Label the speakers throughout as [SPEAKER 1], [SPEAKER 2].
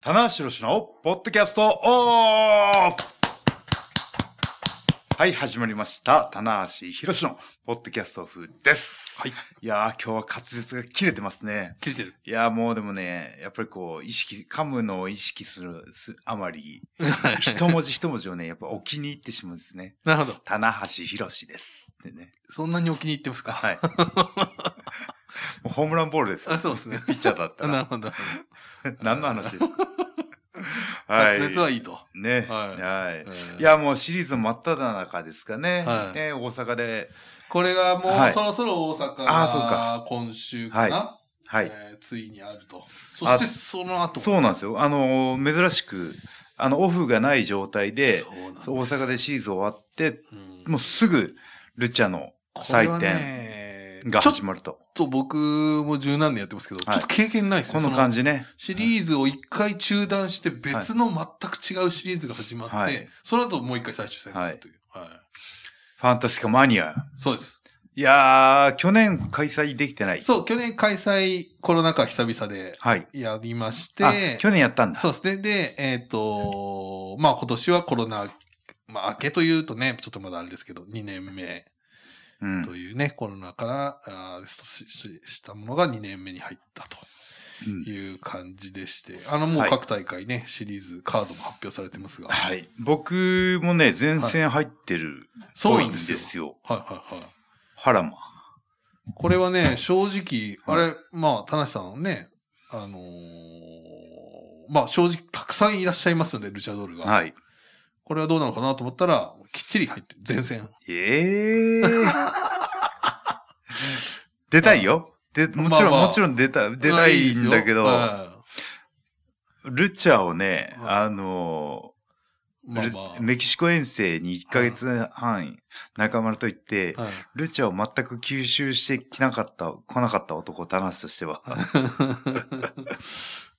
[SPEAKER 1] 棚橋宏のポッドキャストオフはい、始まりました。棚橋宏のポッドキャスト風です。
[SPEAKER 2] はい。
[SPEAKER 1] いやー、今日は滑舌が切れてますね。
[SPEAKER 2] 切れてる。
[SPEAKER 1] いやー、もうでもね、やっぱりこう、意識、噛むのを意識するすあまり、一文字一文字をね、やっぱお気に入ってしまうんですね。
[SPEAKER 2] なるほど。
[SPEAKER 1] 棚橋宏です。ってね。
[SPEAKER 2] そんなにお気に入ってますか、
[SPEAKER 1] はい。もうホームランボールですよ。
[SPEAKER 2] あ、そうです ね。
[SPEAKER 1] ピッチャーだった
[SPEAKER 2] な
[SPEAKER 1] ら
[SPEAKER 2] る。ほど。
[SPEAKER 1] 何の話ですかは
[SPEAKER 2] 滑
[SPEAKER 1] い。
[SPEAKER 2] 舌はいいと。
[SPEAKER 1] ね。
[SPEAKER 2] はい
[SPEAKER 1] はい。
[SPEAKER 2] うん
[SPEAKER 1] いや、もうシリーズ真っ只中ですかね。
[SPEAKER 2] はい
[SPEAKER 1] ね大阪で。
[SPEAKER 2] これがも
[SPEAKER 1] はいう
[SPEAKER 2] そろそろ大阪
[SPEAKER 1] あそう
[SPEAKER 2] が今週かな、
[SPEAKER 1] はい。
[SPEAKER 2] えーついにあると。そしてその後。
[SPEAKER 1] そうなんですよ。あの、珍しく、あの、オフがない状態で
[SPEAKER 2] そ、うなんです
[SPEAKER 1] 大阪でシリーズ終わって、
[SPEAKER 2] うん
[SPEAKER 1] もうすぐ、ルチャの祭
[SPEAKER 2] これは
[SPEAKER 1] 典
[SPEAKER 2] ね
[SPEAKER 1] が
[SPEAKER 2] ちょっ
[SPEAKER 1] 始まると。
[SPEAKER 2] と僕も十何年やってますけど、
[SPEAKER 1] はい
[SPEAKER 2] ちょっと経験ないです
[SPEAKER 1] こ
[SPEAKER 2] ね。
[SPEAKER 1] の感じね。
[SPEAKER 2] シリーズを一回中断して別の全く違うシリーズが始まって、
[SPEAKER 1] はい
[SPEAKER 2] その後もう一回最終戦になるという、はい。
[SPEAKER 1] ファンタスティカマニア。
[SPEAKER 2] そうです。
[SPEAKER 1] いやー、去年開催できてない。
[SPEAKER 2] そう、去年開催、コロナ禍久々で
[SPEAKER 1] はい。
[SPEAKER 2] やりまして、
[SPEAKER 1] あ、去年やったんだ。
[SPEAKER 2] そうですね。で、えっ、と、まあ今年はコロナ、まあ明けというとね、ちょっとまだあれですけど、2年目
[SPEAKER 1] うん
[SPEAKER 2] と。いうね、コロナからあーストップししたものが2年目に入った
[SPEAKER 1] うん
[SPEAKER 2] という感じでして、あのも
[SPEAKER 1] は
[SPEAKER 2] う
[SPEAKER 1] い
[SPEAKER 2] 各大会ね、シリーズ、カードも発表されてますが、
[SPEAKER 1] はい。僕もね、前線入ってる、
[SPEAKER 2] そう
[SPEAKER 1] い
[SPEAKER 2] なんん
[SPEAKER 1] で
[SPEAKER 2] ですよ。
[SPEAKER 1] すよ。
[SPEAKER 2] はいはいはい。
[SPEAKER 1] ハラマ。
[SPEAKER 2] これはね、正直、あ
[SPEAKER 1] は
[SPEAKER 2] れ、まあ、田無さんね、あのーまあ正直たくさんいらっしゃいますので、ルチャドールが。
[SPEAKER 1] はい。
[SPEAKER 2] これはどうなのかなと思ったら、きっちり入ってる、前線。
[SPEAKER 1] ええ 出たいよ。で、もちろん、
[SPEAKER 2] まあまあ
[SPEAKER 1] もちろん出た、出たいんだけど、
[SPEAKER 2] まあ
[SPEAKER 1] ルチャをね、
[SPEAKER 2] はい
[SPEAKER 1] あの
[SPEAKER 2] いいですよはいまあまあ
[SPEAKER 1] ルメキシコ遠征に1ヶ月半、中丸と行って、
[SPEAKER 2] はい
[SPEAKER 1] ルチャを全く吸収してきなかった、来なかった男、タナスとしては。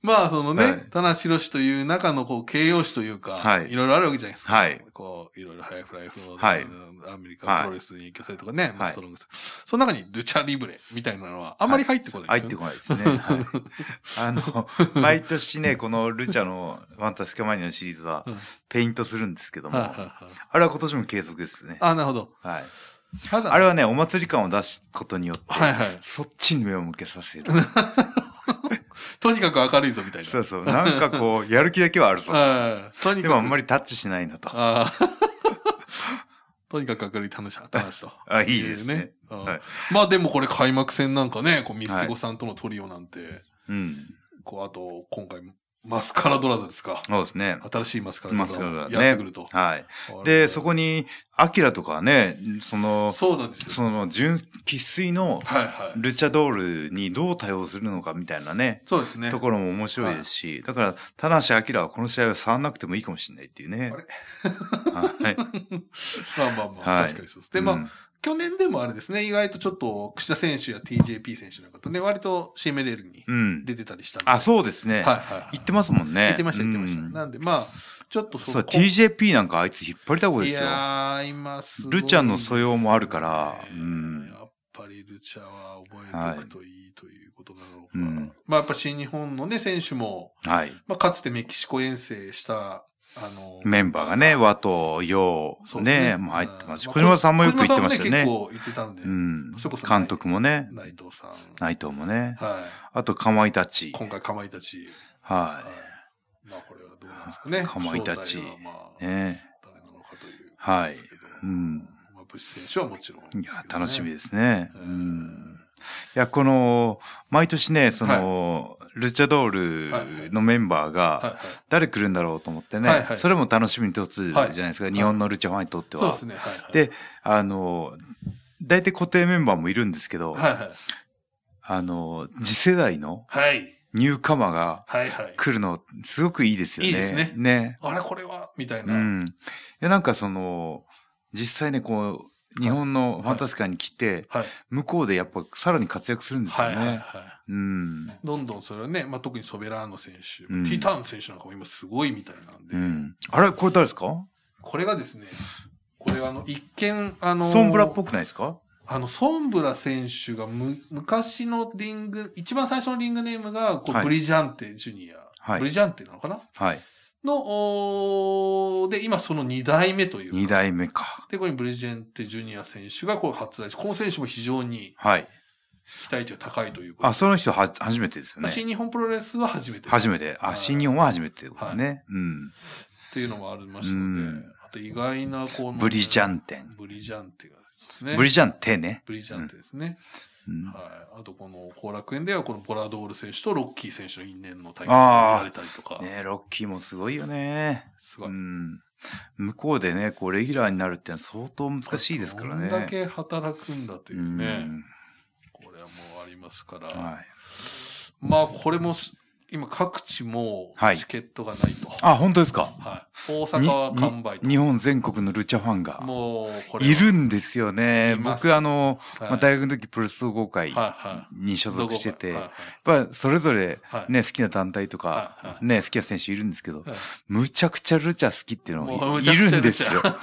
[SPEAKER 2] まあ、そのね、
[SPEAKER 1] はい
[SPEAKER 2] 田無宏という中のこう形容詞というか、
[SPEAKER 1] はい
[SPEAKER 2] い、ろいろあるわけじゃないですか。
[SPEAKER 1] はい
[SPEAKER 2] こう、いろいろハイフライフの、
[SPEAKER 1] はい
[SPEAKER 2] アメリカプロレスに影響されとかね、まあ
[SPEAKER 1] はい
[SPEAKER 2] ストロングス。その中にルチャリブレみたいなのはあんまり入ってこない
[SPEAKER 1] 入っ
[SPEAKER 2] です
[SPEAKER 1] て
[SPEAKER 2] よね。
[SPEAKER 1] こないです ね。はい、あの、毎年ね、このルチャのファンタスカマニアのシリーズは
[SPEAKER 2] うん、
[SPEAKER 1] ペイントするんですけども、
[SPEAKER 2] はいはい
[SPEAKER 1] あ
[SPEAKER 2] はい
[SPEAKER 1] れは今年も継続ですね。
[SPEAKER 2] あ、なるほど。
[SPEAKER 1] はい。
[SPEAKER 2] ただ、
[SPEAKER 1] あれはね、お祭り感を出すことによって、
[SPEAKER 2] はいはい。
[SPEAKER 1] そっちに目を向けさせ る。
[SPEAKER 2] とにかく明るいぞみたいな。
[SPEAKER 1] そうそう。なんかこ う、やる気だけはあるぞ。
[SPEAKER 2] はいとに
[SPEAKER 1] で
[SPEAKER 2] かく。
[SPEAKER 1] もあんま
[SPEAKER 2] り。
[SPEAKER 1] りタッチしないなと。
[SPEAKER 2] とにかく明るい楽しさ、楽しさ。
[SPEAKER 1] あ、 いいですね。
[SPEAKER 2] うん。
[SPEAKER 1] はい
[SPEAKER 2] まあでもこれ開幕戦なんかね、こうミステゴさんとのトリオなんて、
[SPEAKER 1] うん。
[SPEAKER 2] こうあと今回マスカラドラザですか。
[SPEAKER 1] そうですね。
[SPEAKER 2] 新しいマスカラ
[SPEAKER 1] マ
[SPEAKER 2] ド
[SPEAKER 1] スカラド
[SPEAKER 2] ラ
[SPEAKER 1] ラ
[SPEAKER 2] ザやって
[SPEAKER 1] ね
[SPEAKER 2] くると。。
[SPEAKER 1] はい。
[SPEAKER 2] あれ
[SPEAKER 1] で、そこに、アキラとかはね、その、
[SPEAKER 2] そうなんですよ。
[SPEAKER 1] その、純、喫水の、
[SPEAKER 2] はいはい。
[SPEAKER 1] ルチャドールにどう対応するのかみたいなね、
[SPEAKER 2] そうですね。
[SPEAKER 1] ところも面白いですし、だから、田無明はこの試合は触んなくてもいいかもしれないっていうね。はい。
[SPEAKER 2] まあまあま
[SPEAKER 1] は
[SPEAKER 2] あ、
[SPEAKER 1] い
[SPEAKER 2] 確かにそうです。で、まあ、
[SPEAKER 1] うん
[SPEAKER 2] 去年でもあれですね、意外とちょっと、櫛田選手や TJP 選手なんかとね、割と CMLL に
[SPEAKER 1] うん。
[SPEAKER 2] 出てたりしたんで。
[SPEAKER 1] あ、そうですね。
[SPEAKER 2] はいはいはい。
[SPEAKER 1] 言ってますもんね。
[SPEAKER 2] 言ってました、言ってました。
[SPEAKER 1] うん
[SPEAKER 2] なんで、まあ、ちょっと
[SPEAKER 1] そう、
[SPEAKER 2] こ
[SPEAKER 1] TJP なんかあいつ引っ張りだこで
[SPEAKER 2] い
[SPEAKER 1] すよ。
[SPEAKER 2] やー、今すごいですね、
[SPEAKER 1] ルチャの素養もあるからうん
[SPEAKER 2] やっぱりルチャは覚えておくといいということなのか。
[SPEAKER 1] うん
[SPEAKER 2] まあ、やっぱ新日本のね、選手も、
[SPEAKER 1] はい。
[SPEAKER 2] まあ、かつてメキシコ遠征した、あの、
[SPEAKER 1] メンバーがね、和と洋、
[SPEAKER 2] そうです
[SPEAKER 1] ね、もう入ってますし、小島さんもよく言ってましたよね。
[SPEAKER 2] 小島さんも結構言ってたんで、
[SPEAKER 1] うん。
[SPEAKER 2] それこそ
[SPEAKER 1] 監督もね、
[SPEAKER 2] 内藤さん。
[SPEAKER 1] 内藤もね、
[SPEAKER 2] は
[SPEAKER 1] あと、かまいた
[SPEAKER 2] い。
[SPEAKER 1] ち。
[SPEAKER 2] 今回、かまいたち。
[SPEAKER 1] は
[SPEAKER 2] はい。まあ、これはどうなんですかね。
[SPEAKER 1] かまいたち
[SPEAKER 2] 正体はまあ
[SPEAKER 1] い。、ね。
[SPEAKER 2] 誰なのかという。
[SPEAKER 1] はい
[SPEAKER 2] ですけど
[SPEAKER 1] うん。
[SPEAKER 2] まあ、ブッシュ選手はもちろんですけど
[SPEAKER 1] い
[SPEAKER 2] ね、
[SPEAKER 1] や、楽しみですね。う
[SPEAKER 2] うん
[SPEAKER 1] ん。いや、この、毎年ね、その、ルチャドールのメンバー
[SPEAKER 2] はいは
[SPEAKER 1] が、
[SPEAKER 2] い。
[SPEAKER 1] 誰来るんだろうと思って
[SPEAKER 2] はい
[SPEAKER 1] ね
[SPEAKER 2] は、い
[SPEAKER 1] それも楽しみに一つじゃないですか、
[SPEAKER 2] い
[SPEAKER 1] 日本のルチャファンにとって
[SPEAKER 2] そうで
[SPEAKER 1] は
[SPEAKER 2] す。ね。はい、はい。
[SPEAKER 1] で、あの、大体固定メンバーもいるんですけど、
[SPEAKER 2] はいはい。
[SPEAKER 1] あの、次世代の
[SPEAKER 2] はい。
[SPEAKER 1] ニューカマーが
[SPEAKER 2] はいはい。
[SPEAKER 1] 来るの、すごくいいですよね。
[SPEAKER 2] いいですね
[SPEAKER 1] ね。
[SPEAKER 2] あれこれはみたいうな。
[SPEAKER 1] ん。いや、なんかその、実際ね、こう、日本のファンタスカに来て、
[SPEAKER 2] はい。
[SPEAKER 1] 向こうでやっぱさらに活躍するんですよ
[SPEAKER 2] はい
[SPEAKER 1] ね。
[SPEAKER 2] はいは
[SPEAKER 1] うん。
[SPEAKER 2] い。どんどんそれはね、まあ、特にソベラーノ選手、
[SPEAKER 1] うん
[SPEAKER 2] ティターン選手なんかも今すごいみたいなんで、
[SPEAKER 1] うん。あれこれ誰ですか
[SPEAKER 2] これがですね、これはあの、一見、あのー、
[SPEAKER 1] ソンブラっぽくないですか
[SPEAKER 2] あの、ソンブラ選手がむ昔のリング、一番最初のリングネームがこう、
[SPEAKER 1] はい
[SPEAKER 2] ブリジャンテジュニア。
[SPEAKER 1] は
[SPEAKER 2] ブリ
[SPEAKER 1] い。
[SPEAKER 2] ジャンテなのかな
[SPEAKER 1] はい。
[SPEAKER 2] の、おーで、今その2代目というか
[SPEAKER 1] 二代目か。
[SPEAKER 2] で、ここにブリジェンテ・ジュニア選手がこう初来日。この選手も非常に
[SPEAKER 1] はい。
[SPEAKER 2] 期待値が高いということ
[SPEAKER 1] あ、その人は、初めてですよ
[SPEAKER 2] まあ
[SPEAKER 1] ね。
[SPEAKER 2] 新日本プロレスは初めてっ
[SPEAKER 1] 初めて。
[SPEAKER 2] は
[SPEAKER 1] あ、
[SPEAKER 2] い
[SPEAKER 1] 新日本は初めてってことね。うん。
[SPEAKER 2] ていうのもありました
[SPEAKER 1] う
[SPEAKER 2] ので、
[SPEAKER 1] ん
[SPEAKER 2] あと意外なこの、
[SPEAKER 1] ブリジャンテン。
[SPEAKER 2] ブリジャンテがですね。
[SPEAKER 1] ブリジャンテね。
[SPEAKER 2] ブリジャンテですね。
[SPEAKER 1] うん
[SPEAKER 2] はい。あとこの後楽園ではこのボラドール選手とロッキー選手の因縁の対決
[SPEAKER 1] あ
[SPEAKER 2] が
[SPEAKER 1] ー
[SPEAKER 2] 見られたりとか、
[SPEAKER 1] ねえロッキーもすごいよね。
[SPEAKER 2] すご
[SPEAKER 1] う
[SPEAKER 2] い。
[SPEAKER 1] ん。向こうでね、こう、レギュラーになるってのは相当難しいですからね。
[SPEAKER 2] どんだけ働くんだと
[SPEAKER 1] う
[SPEAKER 2] いうね、
[SPEAKER 1] ん。
[SPEAKER 2] これはもうありますから、
[SPEAKER 1] はい。
[SPEAKER 2] まあこれもす今各地も
[SPEAKER 1] はい
[SPEAKER 2] チケットがないと。
[SPEAKER 1] あ、本当ですか。
[SPEAKER 2] はい。大阪は
[SPEAKER 1] に
[SPEAKER 2] 完売と。
[SPEAKER 1] 日本全国のルチャファンが
[SPEAKER 2] もう、これ。
[SPEAKER 1] いるんですよね。
[SPEAKER 2] います
[SPEAKER 1] 僕、あの、
[SPEAKER 2] はい
[SPEAKER 1] まあ、大学の時プロレス総合会
[SPEAKER 2] はいは
[SPEAKER 1] に所
[SPEAKER 2] い。
[SPEAKER 1] 属してて、
[SPEAKER 2] は
[SPEAKER 1] やっぱそれぞれ
[SPEAKER 2] はい
[SPEAKER 1] ね、好きな団体と
[SPEAKER 2] は
[SPEAKER 1] か
[SPEAKER 2] いは、い
[SPEAKER 1] ね、好きな選手いるんですけど
[SPEAKER 2] いはい、
[SPEAKER 1] むちゃくちゃルチャ好きっていうの
[SPEAKER 2] もう
[SPEAKER 1] がい
[SPEAKER 2] むちゃくちゃ
[SPEAKER 1] るんですよ
[SPEAKER 2] ルチ。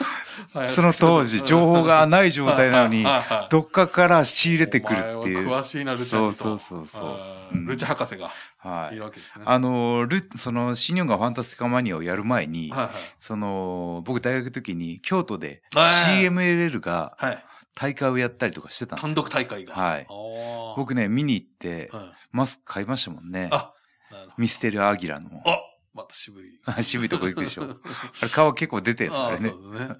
[SPEAKER 2] いはい
[SPEAKER 1] その当時、情報がない状態なのに
[SPEAKER 2] はいはいはい、
[SPEAKER 1] どっかから仕入れてくるってい
[SPEAKER 2] お前
[SPEAKER 1] う。
[SPEAKER 2] は詳しいな、ルチャにと
[SPEAKER 1] そうそうそうそう
[SPEAKER 2] あ
[SPEAKER 1] うん
[SPEAKER 2] ールチャ博士が
[SPEAKER 1] はいい
[SPEAKER 2] る。わけですね。
[SPEAKER 1] あの、ル、その、新日本がファンタスティカマニアをやる前に、
[SPEAKER 2] はい
[SPEAKER 1] その、僕大学の時に京都で
[SPEAKER 2] あー
[SPEAKER 1] CMLL が
[SPEAKER 2] はい。はい。
[SPEAKER 1] 大会をやったりとかしてたんです
[SPEAKER 2] 単独大会が。
[SPEAKER 1] はい
[SPEAKER 2] おー
[SPEAKER 1] 僕ね、見に行って
[SPEAKER 2] う、ん。
[SPEAKER 1] マスク買いましたもんね。
[SPEAKER 2] あ、なるほ
[SPEAKER 1] ミステル・アギラの。
[SPEAKER 2] ど。あまた渋い。
[SPEAKER 1] 渋いとこ行くで しょ。あれ、顔結構出てるんです
[SPEAKER 2] あ
[SPEAKER 1] あ
[SPEAKER 2] あ
[SPEAKER 1] れ
[SPEAKER 2] ー、
[SPEAKER 1] ね
[SPEAKER 2] そ。うですね。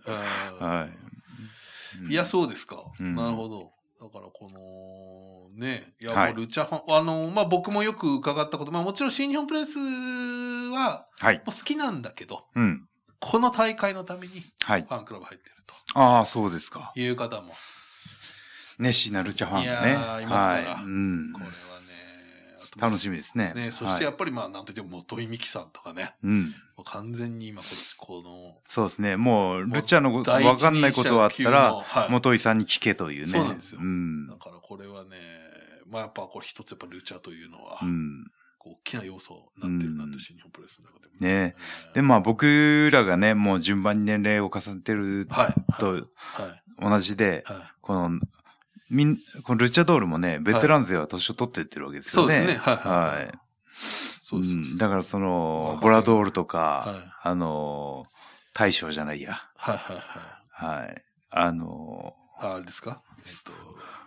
[SPEAKER 2] うん
[SPEAKER 1] はい。うん
[SPEAKER 2] いや、そうですか。
[SPEAKER 1] うん
[SPEAKER 2] なるほど。だから、この、ね、いや、
[SPEAKER 1] はい
[SPEAKER 2] もうルチャファン、あの、まあ、僕もよく伺ったこと、まあ、もちろん新日本プロレスは、
[SPEAKER 1] はい。
[SPEAKER 2] もう好きなんだけど、
[SPEAKER 1] うん。
[SPEAKER 2] この大会のためにフ
[SPEAKER 1] はい。
[SPEAKER 2] ァンクラブ入ってる
[SPEAKER 1] ああ、そうですか。
[SPEAKER 2] という方も、
[SPEAKER 1] 熱心なルチャファンが
[SPEAKER 2] い
[SPEAKER 1] ね。
[SPEAKER 2] やーいますから
[SPEAKER 1] はい。うん
[SPEAKER 2] これはね、あと
[SPEAKER 1] 楽しみですね。
[SPEAKER 2] ね、そしてや
[SPEAKER 1] はい
[SPEAKER 2] っぱり、まあ、なんといっても、元井美樹さんとかね、
[SPEAKER 1] うん。
[SPEAKER 2] もう完全に今この、こ
[SPEAKER 1] そうですね。もう、
[SPEAKER 2] の、
[SPEAKER 1] ルチャのこと
[SPEAKER 2] 第一人
[SPEAKER 1] わ
[SPEAKER 2] 者
[SPEAKER 1] かんないことはあった
[SPEAKER 2] 級の
[SPEAKER 1] ら、
[SPEAKER 2] はい
[SPEAKER 1] 元井さんに聞けというね。
[SPEAKER 2] そうなんですよ
[SPEAKER 1] うん
[SPEAKER 2] だ。からこれはね、まあ、やっぱこう一つやっぱルチャというのは、
[SPEAKER 1] うん。
[SPEAKER 2] こう大きな要素になってるな
[SPEAKER 1] う
[SPEAKER 2] と、
[SPEAKER 1] ん
[SPEAKER 2] 新日本プロレスの中でも。
[SPEAKER 1] ね
[SPEAKER 2] うん
[SPEAKER 1] で、まあ僕らがね、もう順番に年齢を重ねてる
[SPEAKER 2] はい。はい。
[SPEAKER 1] と
[SPEAKER 2] はい。
[SPEAKER 1] 同じで、
[SPEAKER 2] はい
[SPEAKER 1] この、みん、このルチャドールもね、ベテラン勢は年を取ってってるわけです
[SPEAKER 2] そ
[SPEAKER 1] よ
[SPEAKER 2] う
[SPEAKER 1] ね。
[SPEAKER 2] ですね。はい。
[SPEAKER 1] はい。
[SPEAKER 2] そうです。そううです
[SPEAKER 1] んだからその
[SPEAKER 2] 若、い
[SPEAKER 1] ボラドールと
[SPEAKER 2] はい
[SPEAKER 1] か、。あのー、大将じゃないや。
[SPEAKER 2] はい。はい。は
[SPEAKER 1] は
[SPEAKER 2] い。
[SPEAKER 1] い。あの
[SPEAKER 2] ああれですかえっと、えー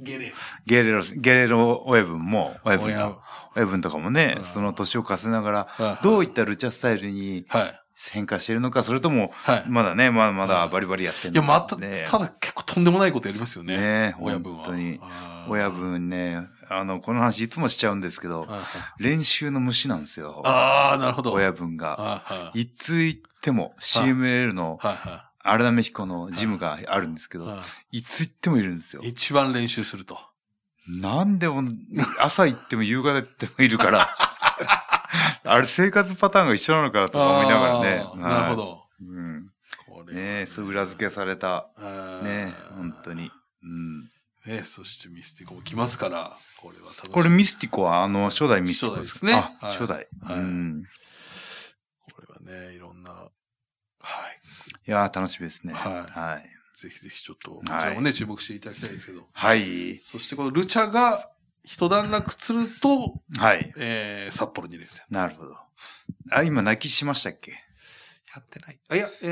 [SPEAKER 2] ゲレー
[SPEAKER 1] ー、
[SPEAKER 2] ロ。
[SPEAKER 1] ゲレロ、ゲレロ親分も、親分
[SPEAKER 2] 親分
[SPEAKER 1] だ親分とかもね
[SPEAKER 2] う、ん
[SPEAKER 1] その年を重ねながら、
[SPEAKER 2] はい
[SPEAKER 1] どういったルチャスタイルに
[SPEAKER 2] はい。
[SPEAKER 1] 変化しているのか、それとも、
[SPEAKER 2] はい。
[SPEAKER 1] まだね、まだまだ
[SPEAKER 2] うん
[SPEAKER 1] バリバリやってる
[SPEAKER 2] い
[SPEAKER 1] の
[SPEAKER 2] や、ま
[SPEAKER 1] か
[SPEAKER 2] た、
[SPEAKER 1] ね
[SPEAKER 2] ただ結構とんでもないことやりますよね。
[SPEAKER 1] ね
[SPEAKER 2] 親分は。
[SPEAKER 1] 本当に
[SPEAKER 2] あー
[SPEAKER 1] 親。分ね、あの、この話いつもしちゃうんですけど、
[SPEAKER 2] はいはい
[SPEAKER 1] 練習の虫なんですよ。
[SPEAKER 2] ああ、なるほど。
[SPEAKER 1] 親分が。
[SPEAKER 2] はいはい。
[SPEAKER 1] いつ行っても CML の
[SPEAKER 2] はいは
[SPEAKER 1] 荒波彦のジムがあるんですけ
[SPEAKER 2] い
[SPEAKER 1] ど、
[SPEAKER 2] はい
[SPEAKER 1] つ行ってもいるんですよ
[SPEAKER 2] い。。一番練習すると。
[SPEAKER 1] なんでも、朝行っても夕方行ってもいる から、あれ生活パターンが一緒なのかなとか思いながらね。
[SPEAKER 2] あー
[SPEAKER 1] はい
[SPEAKER 2] なるほ。ど。
[SPEAKER 1] うん、
[SPEAKER 2] これは
[SPEAKER 1] ねえ、そう裏付けされた。
[SPEAKER 2] あー
[SPEAKER 1] ねえ、本当に。うん、
[SPEAKER 2] ねそしてミスティコも来ますから、これは楽しみ
[SPEAKER 1] これミスティコは、あの、初代ミスティコ
[SPEAKER 2] 初代ですね
[SPEAKER 1] あ、
[SPEAKER 2] はい
[SPEAKER 1] 初代。
[SPEAKER 2] はい
[SPEAKER 1] うん。
[SPEAKER 2] これはね、いろんな、はい。
[SPEAKER 1] いやー楽しみですね。
[SPEAKER 2] はい
[SPEAKER 1] はい。
[SPEAKER 2] ぜひぜひちょっと、こちらもね、注目していただきたいですけど。
[SPEAKER 1] はい。
[SPEAKER 2] そしてこのルチャが一段落すると、
[SPEAKER 1] はい。
[SPEAKER 2] えー、札幌2連戦。
[SPEAKER 1] なるほど。あ、今泣きしましたっけ
[SPEAKER 2] やってない。あ、いや、え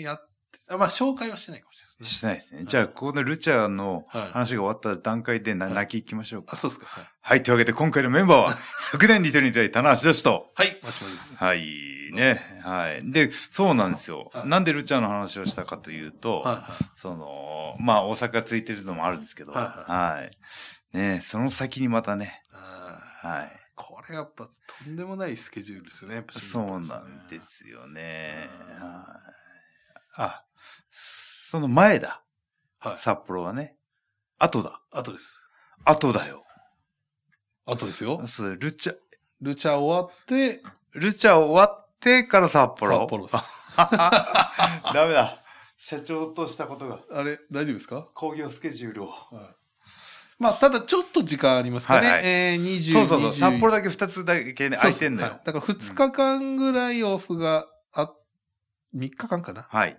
[SPEAKER 2] ー、やって、あまあ、紹介はしてないかもしれないですね。
[SPEAKER 1] してないですね。じゃあ、ここのルチャーの
[SPEAKER 2] はい。
[SPEAKER 1] 話が終わった段階でな
[SPEAKER 2] はい
[SPEAKER 1] 泣き行きましょうか。
[SPEAKER 2] あ、そうですか。はい。
[SPEAKER 1] はい。というわけで、今回のメンバーは、100年に一人にいたい棚橋女子と、
[SPEAKER 2] はい、マシマシです。
[SPEAKER 1] はい、ね。はい。で、そうなんですよ。
[SPEAKER 2] はい
[SPEAKER 1] なんでルチャーの話をしたかというと、
[SPEAKER 2] はい、はい。
[SPEAKER 1] その、まあ、大阪ついてるのもあるんですけど、
[SPEAKER 2] はい
[SPEAKER 1] はい。ね、その先にまたね、
[SPEAKER 2] あー
[SPEAKER 1] はい。
[SPEAKER 2] これやっぱとんでもないスケジュールですね。やっぱ
[SPEAKER 1] そ
[SPEAKER 2] 新日
[SPEAKER 1] う
[SPEAKER 2] 本
[SPEAKER 1] なんで。すよね。
[SPEAKER 2] うん
[SPEAKER 1] はいあ、その前だ。
[SPEAKER 2] はい。
[SPEAKER 1] 札幌はね。後だ。
[SPEAKER 2] あとです。
[SPEAKER 1] 後だよ。
[SPEAKER 2] あとですよ。
[SPEAKER 1] そう、ルチャ、
[SPEAKER 2] ルチャ終わって、
[SPEAKER 1] ルチャ終わってから札幌。
[SPEAKER 2] 札幌です。
[SPEAKER 1] ダメだ。社長としたことが、
[SPEAKER 2] あれ、大丈夫ですか
[SPEAKER 1] 工業スケジュールを。
[SPEAKER 2] まあ、ただちょっと時間ありますかね。
[SPEAKER 1] はいはい
[SPEAKER 2] えー、20
[SPEAKER 1] そうそうそう。
[SPEAKER 2] 21
[SPEAKER 1] 札幌だけ2つだけね、空いてんの
[SPEAKER 2] そう
[SPEAKER 1] よ
[SPEAKER 2] そうはい。だから2日間ぐらいオフがあ、3日間かな。
[SPEAKER 1] はい。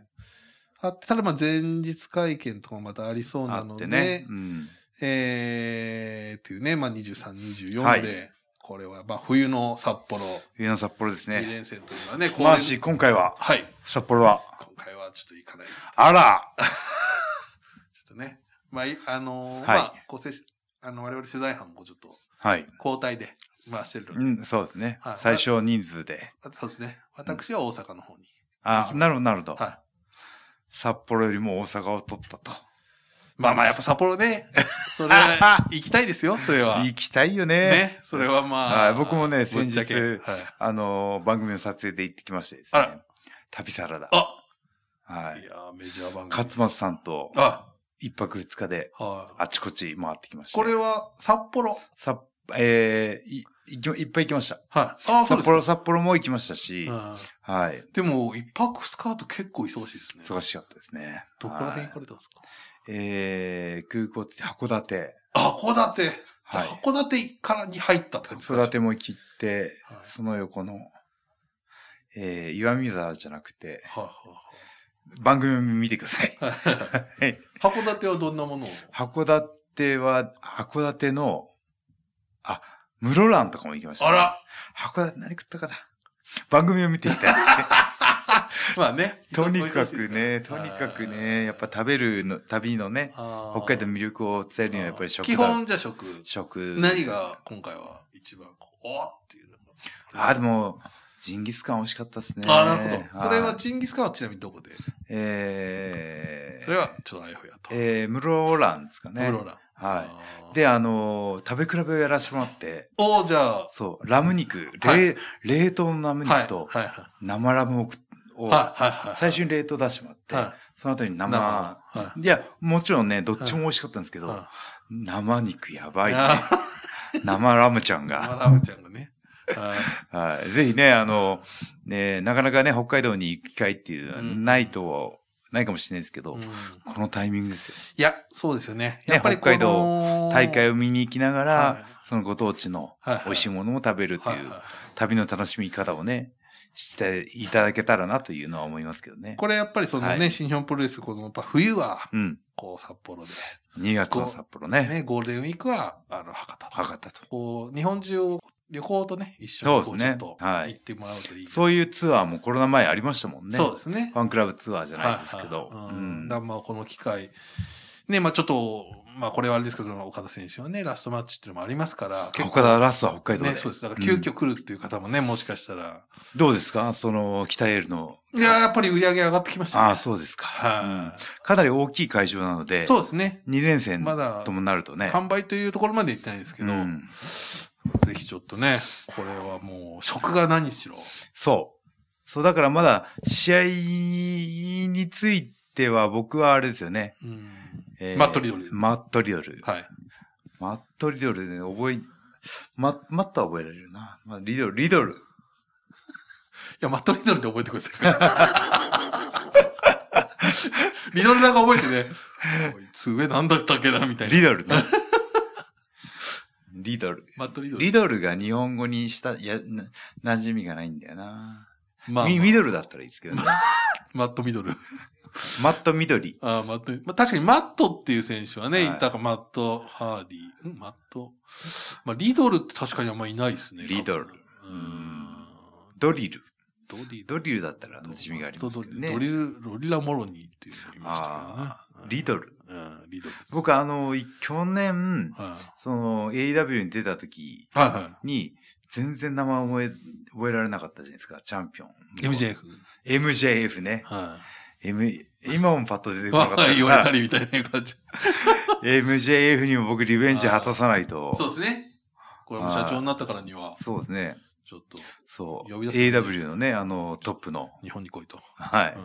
[SPEAKER 2] あって、ただまあ前日会見とかもまたありそう
[SPEAKER 1] あ
[SPEAKER 2] なの
[SPEAKER 1] って
[SPEAKER 2] で、
[SPEAKER 1] ね。うん。
[SPEAKER 2] えー、っていうね、まあ23、24で、
[SPEAKER 1] はい
[SPEAKER 2] これは、まあ、冬の札幌、
[SPEAKER 1] 冬の札幌です
[SPEAKER 2] 2
[SPEAKER 1] ね。
[SPEAKER 2] 連戦というのはね、こ
[SPEAKER 1] マーシー、今回は、
[SPEAKER 2] はい。
[SPEAKER 1] 札幌は、
[SPEAKER 2] 今回はちょっと行かない。ち
[SPEAKER 1] あら
[SPEAKER 2] ょっとね。まあ、いあ
[SPEAKER 1] は
[SPEAKER 2] のー
[SPEAKER 1] い
[SPEAKER 2] まあ、こうせあの、我々取材班もちょっと
[SPEAKER 1] はい。
[SPEAKER 2] 交代で、まあ、してるの
[SPEAKER 1] う
[SPEAKER 2] で、
[SPEAKER 1] ん、そうですね
[SPEAKER 2] はい。
[SPEAKER 1] 最小人数で。
[SPEAKER 2] あそうですね。私は大阪の方に。
[SPEAKER 1] あ、なるほど、なるほど。
[SPEAKER 2] はい。
[SPEAKER 1] 札幌よりも大阪を取ったと。
[SPEAKER 2] まあまあ、やっぱ札幌 ね、それは、行きたいですよ、それは。
[SPEAKER 1] 行きたいよね。
[SPEAKER 2] ね、それはまあ。
[SPEAKER 1] はい僕もね
[SPEAKER 2] ぶっちゃけ
[SPEAKER 1] 先
[SPEAKER 2] はい、
[SPEAKER 1] あのー、番組の撮影で行ってきましてです
[SPEAKER 2] あ
[SPEAKER 1] ね
[SPEAKER 2] ら。
[SPEAKER 1] 旅サラダ。
[SPEAKER 2] あ、
[SPEAKER 1] はいい。
[SPEAKER 2] やーメジャー番組。
[SPEAKER 1] 勝松さんと
[SPEAKER 2] あ、
[SPEAKER 1] 一泊二日で
[SPEAKER 2] はい。
[SPEAKER 1] あちこち回ってきました。
[SPEAKER 2] これは、札幌。
[SPEAKER 1] さ、えー、い、いきいっぱい行きました。
[SPEAKER 2] はい。あ、そうで
[SPEAKER 1] 札
[SPEAKER 2] すか。
[SPEAKER 1] 幌、札幌も行きましたし、
[SPEAKER 2] うん
[SPEAKER 1] はい。
[SPEAKER 2] でも、一泊二日だと結構忙しいですね。
[SPEAKER 1] 忙しかったですね。
[SPEAKER 2] どこら辺行
[SPEAKER 1] は
[SPEAKER 2] か
[SPEAKER 1] い
[SPEAKER 2] れたんですか
[SPEAKER 1] えー、空港って函館。
[SPEAKER 2] あ函館。じゃあ
[SPEAKER 1] はい。
[SPEAKER 2] 函館からに入ったって感じです
[SPEAKER 1] 函
[SPEAKER 2] か
[SPEAKER 1] 館も行って、
[SPEAKER 2] はい
[SPEAKER 1] その横の、えー、岩見沢じゃなくて、
[SPEAKER 2] はい
[SPEAKER 1] 番組見てください。
[SPEAKER 2] はいはい
[SPEAKER 1] はい
[SPEAKER 2] 函館はどんなものを
[SPEAKER 1] 函館は、函館の、あ、室蘭とかも行きました、
[SPEAKER 2] あ。ら
[SPEAKER 1] 函館何食ったかな番組を見ていた。
[SPEAKER 2] まあね。
[SPEAKER 1] とに
[SPEAKER 2] 忙
[SPEAKER 1] か
[SPEAKER 2] しいで
[SPEAKER 1] く
[SPEAKER 2] すら
[SPEAKER 1] ね、とにかくね、やっぱ、食べるの、旅のね、
[SPEAKER 2] あー
[SPEAKER 1] 北海道の魅力を伝えるにはやっぱり食
[SPEAKER 2] 基
[SPEAKER 1] だ
[SPEAKER 2] 本じゃあ食。
[SPEAKER 1] 食。
[SPEAKER 2] 何が今回は一番こう、おーっていうのが。
[SPEAKER 1] あ、でも、ジンギスカン美味しかったですね。
[SPEAKER 2] あーなるほど。
[SPEAKER 1] い
[SPEAKER 2] それはジンギスカンはちなみにどこで
[SPEAKER 1] えー、
[SPEAKER 2] それはちょっとあやふやと。
[SPEAKER 1] えー、室蘭ですかね。
[SPEAKER 2] 室蘭。
[SPEAKER 1] はい
[SPEAKER 2] いで、
[SPEAKER 1] で、あのー食べ比べをやらせてもらって、
[SPEAKER 2] おーじゃあ、は
[SPEAKER 1] そう、ラム肉、
[SPEAKER 2] は
[SPEAKER 1] 冷冷凍のラム
[SPEAKER 2] い。
[SPEAKER 1] 肉
[SPEAKER 2] はい。
[SPEAKER 1] と
[SPEAKER 2] はい。
[SPEAKER 1] 生ラムを食っを、
[SPEAKER 2] はい。はい。
[SPEAKER 1] 最初に冷凍出してもらって、
[SPEAKER 2] は
[SPEAKER 1] その後に
[SPEAKER 2] い。
[SPEAKER 1] 生、
[SPEAKER 2] 生。はい
[SPEAKER 1] や、もちろんね、どっちも美味しかったんですけ
[SPEAKER 2] い。
[SPEAKER 1] ど、
[SPEAKER 2] はい
[SPEAKER 1] 生肉やばいね。
[SPEAKER 2] あ
[SPEAKER 1] 生ラムちゃん
[SPEAKER 2] ー
[SPEAKER 1] が。
[SPEAKER 2] ラムちゃんがね。あ
[SPEAKER 1] はい。ぜひね、あの、ね、なかなかね、北海道に行く機会っていうのは
[SPEAKER 2] うん
[SPEAKER 1] ないと、ないかもしれないですけ
[SPEAKER 2] ー
[SPEAKER 1] ど、
[SPEAKER 2] うんい
[SPEAKER 1] このタイミングですよ。
[SPEAKER 2] や、そうですよね。やっぱりこ
[SPEAKER 1] 北海
[SPEAKER 2] の
[SPEAKER 1] 大会を見に行きながら、
[SPEAKER 2] はい
[SPEAKER 1] そのご当地の
[SPEAKER 2] はいはい
[SPEAKER 1] 美味しいものも食べるって
[SPEAKER 2] はい
[SPEAKER 1] いう、
[SPEAKER 2] は
[SPEAKER 1] 旅の楽しみ方をね、していただけたらなというのは思いますけどね
[SPEAKER 2] い。これやっぱりその
[SPEAKER 1] は
[SPEAKER 2] ね、
[SPEAKER 1] い
[SPEAKER 2] 新日本プロレス、このやっぱ冬は、
[SPEAKER 1] うん。
[SPEAKER 2] こう札幌で、
[SPEAKER 1] 2月の札幌ね。
[SPEAKER 2] ね、ゴールデンウィークは、あの、博多と。
[SPEAKER 1] 博多と。
[SPEAKER 2] こう、日本中を旅行とね、一緒にこ
[SPEAKER 1] そうう
[SPEAKER 2] ち
[SPEAKER 1] で
[SPEAKER 2] ょ
[SPEAKER 1] す
[SPEAKER 2] っ
[SPEAKER 1] ね
[SPEAKER 2] と
[SPEAKER 1] はい
[SPEAKER 2] 行ってもらうといい。
[SPEAKER 1] そういうツアーもコロナ前ありましたもんね。
[SPEAKER 2] そうですね
[SPEAKER 1] フ。ァンクラブツアーじゃないですけど。
[SPEAKER 2] はいうはいうん
[SPEAKER 1] ん
[SPEAKER 2] だからまあこの機会、ね、まあちょっと、まあこれはあれですけど、岡田選手はね、ラストマッチっていうのもありますから、結構
[SPEAKER 1] 他だラストは北海道で。
[SPEAKER 2] ね、そうです。だから急遽来るっていう方もね、もしかしたら。
[SPEAKER 1] どうですかその、北エールの。
[SPEAKER 2] いや、やっぱり売り上げ上がってきましたね。
[SPEAKER 1] ああ、そうですか。うん
[SPEAKER 2] は
[SPEAKER 1] かなり大きい会場なの
[SPEAKER 2] い。
[SPEAKER 1] で、
[SPEAKER 2] そうですね。
[SPEAKER 1] 2連戦
[SPEAKER 2] まだ
[SPEAKER 1] ともなるとね。
[SPEAKER 2] 販売というところまで行ってないんですけど、
[SPEAKER 1] うん
[SPEAKER 2] ぜひちょっとね、これはもう、食が何しろ。
[SPEAKER 1] そう。そう、だからまだ試合については僕はあれですよね。
[SPEAKER 2] うん
[SPEAKER 1] えー
[SPEAKER 2] マットリドル
[SPEAKER 1] マットリドル。
[SPEAKER 2] はい。
[SPEAKER 1] マットリドルね、覚え、ママットは覚えられるな。まあ、リドル、リドル。
[SPEAKER 2] いや、マットリドルで覚えてく ださい。リドルなんか覚えてね、こいつ上なんだったっけな、みたいな。
[SPEAKER 1] リドルね。リドル。
[SPEAKER 2] マットリドル。
[SPEAKER 1] リドルが日本語にした、いや、な、馴染みがないんだよな。
[SPEAKER 2] まあ、
[SPEAKER 1] ミミドルだったらいいですけどね。
[SPEAKER 2] マットミドル。
[SPEAKER 1] マット緑。
[SPEAKER 2] ああ、マット、まあ、確かにマットっていう選手はね、
[SPEAKER 1] はい
[SPEAKER 2] いたか、マット、ハーディ、んマット。まあ、リドルって確かにあんまいないですね。
[SPEAKER 1] リドル
[SPEAKER 2] 過去うーん。
[SPEAKER 1] ドリル。
[SPEAKER 2] ドリ
[SPEAKER 1] ドリルだったら馴染みがありますけど
[SPEAKER 2] ド
[SPEAKER 1] ね。
[SPEAKER 2] リル、ロリラ・モロニーっていうのがいま
[SPEAKER 1] あ
[SPEAKER 2] した
[SPEAKER 1] あ
[SPEAKER 2] けどね。
[SPEAKER 1] リドル。
[SPEAKER 2] うん、リドルです。
[SPEAKER 1] 僕あの、い去年、
[SPEAKER 2] はい、
[SPEAKER 1] その AEW に出た時
[SPEAKER 2] はいは
[SPEAKER 1] に、全然名前覚え、覚えられなかったじゃないですか、チャンピオン。
[SPEAKER 2] い。MJF。
[SPEAKER 1] MJF ね。
[SPEAKER 2] は
[SPEAKER 1] M、今もパッと出て
[SPEAKER 2] い。
[SPEAKER 1] こなかった
[SPEAKER 2] は
[SPEAKER 1] か
[SPEAKER 2] い、 言われ
[SPEAKER 1] ら
[SPEAKER 2] た、りみたいな感じ。
[SPEAKER 1] MJF にも僕リベンジ果たさないと。
[SPEAKER 2] そうですね。これも社長になったからには、
[SPEAKER 1] そうですね。
[SPEAKER 2] ちょっと、
[SPEAKER 1] そう。
[SPEAKER 2] 呼び出す
[SPEAKER 1] AW のね、あの、トップの、
[SPEAKER 2] 日本に来いと。
[SPEAKER 1] はい。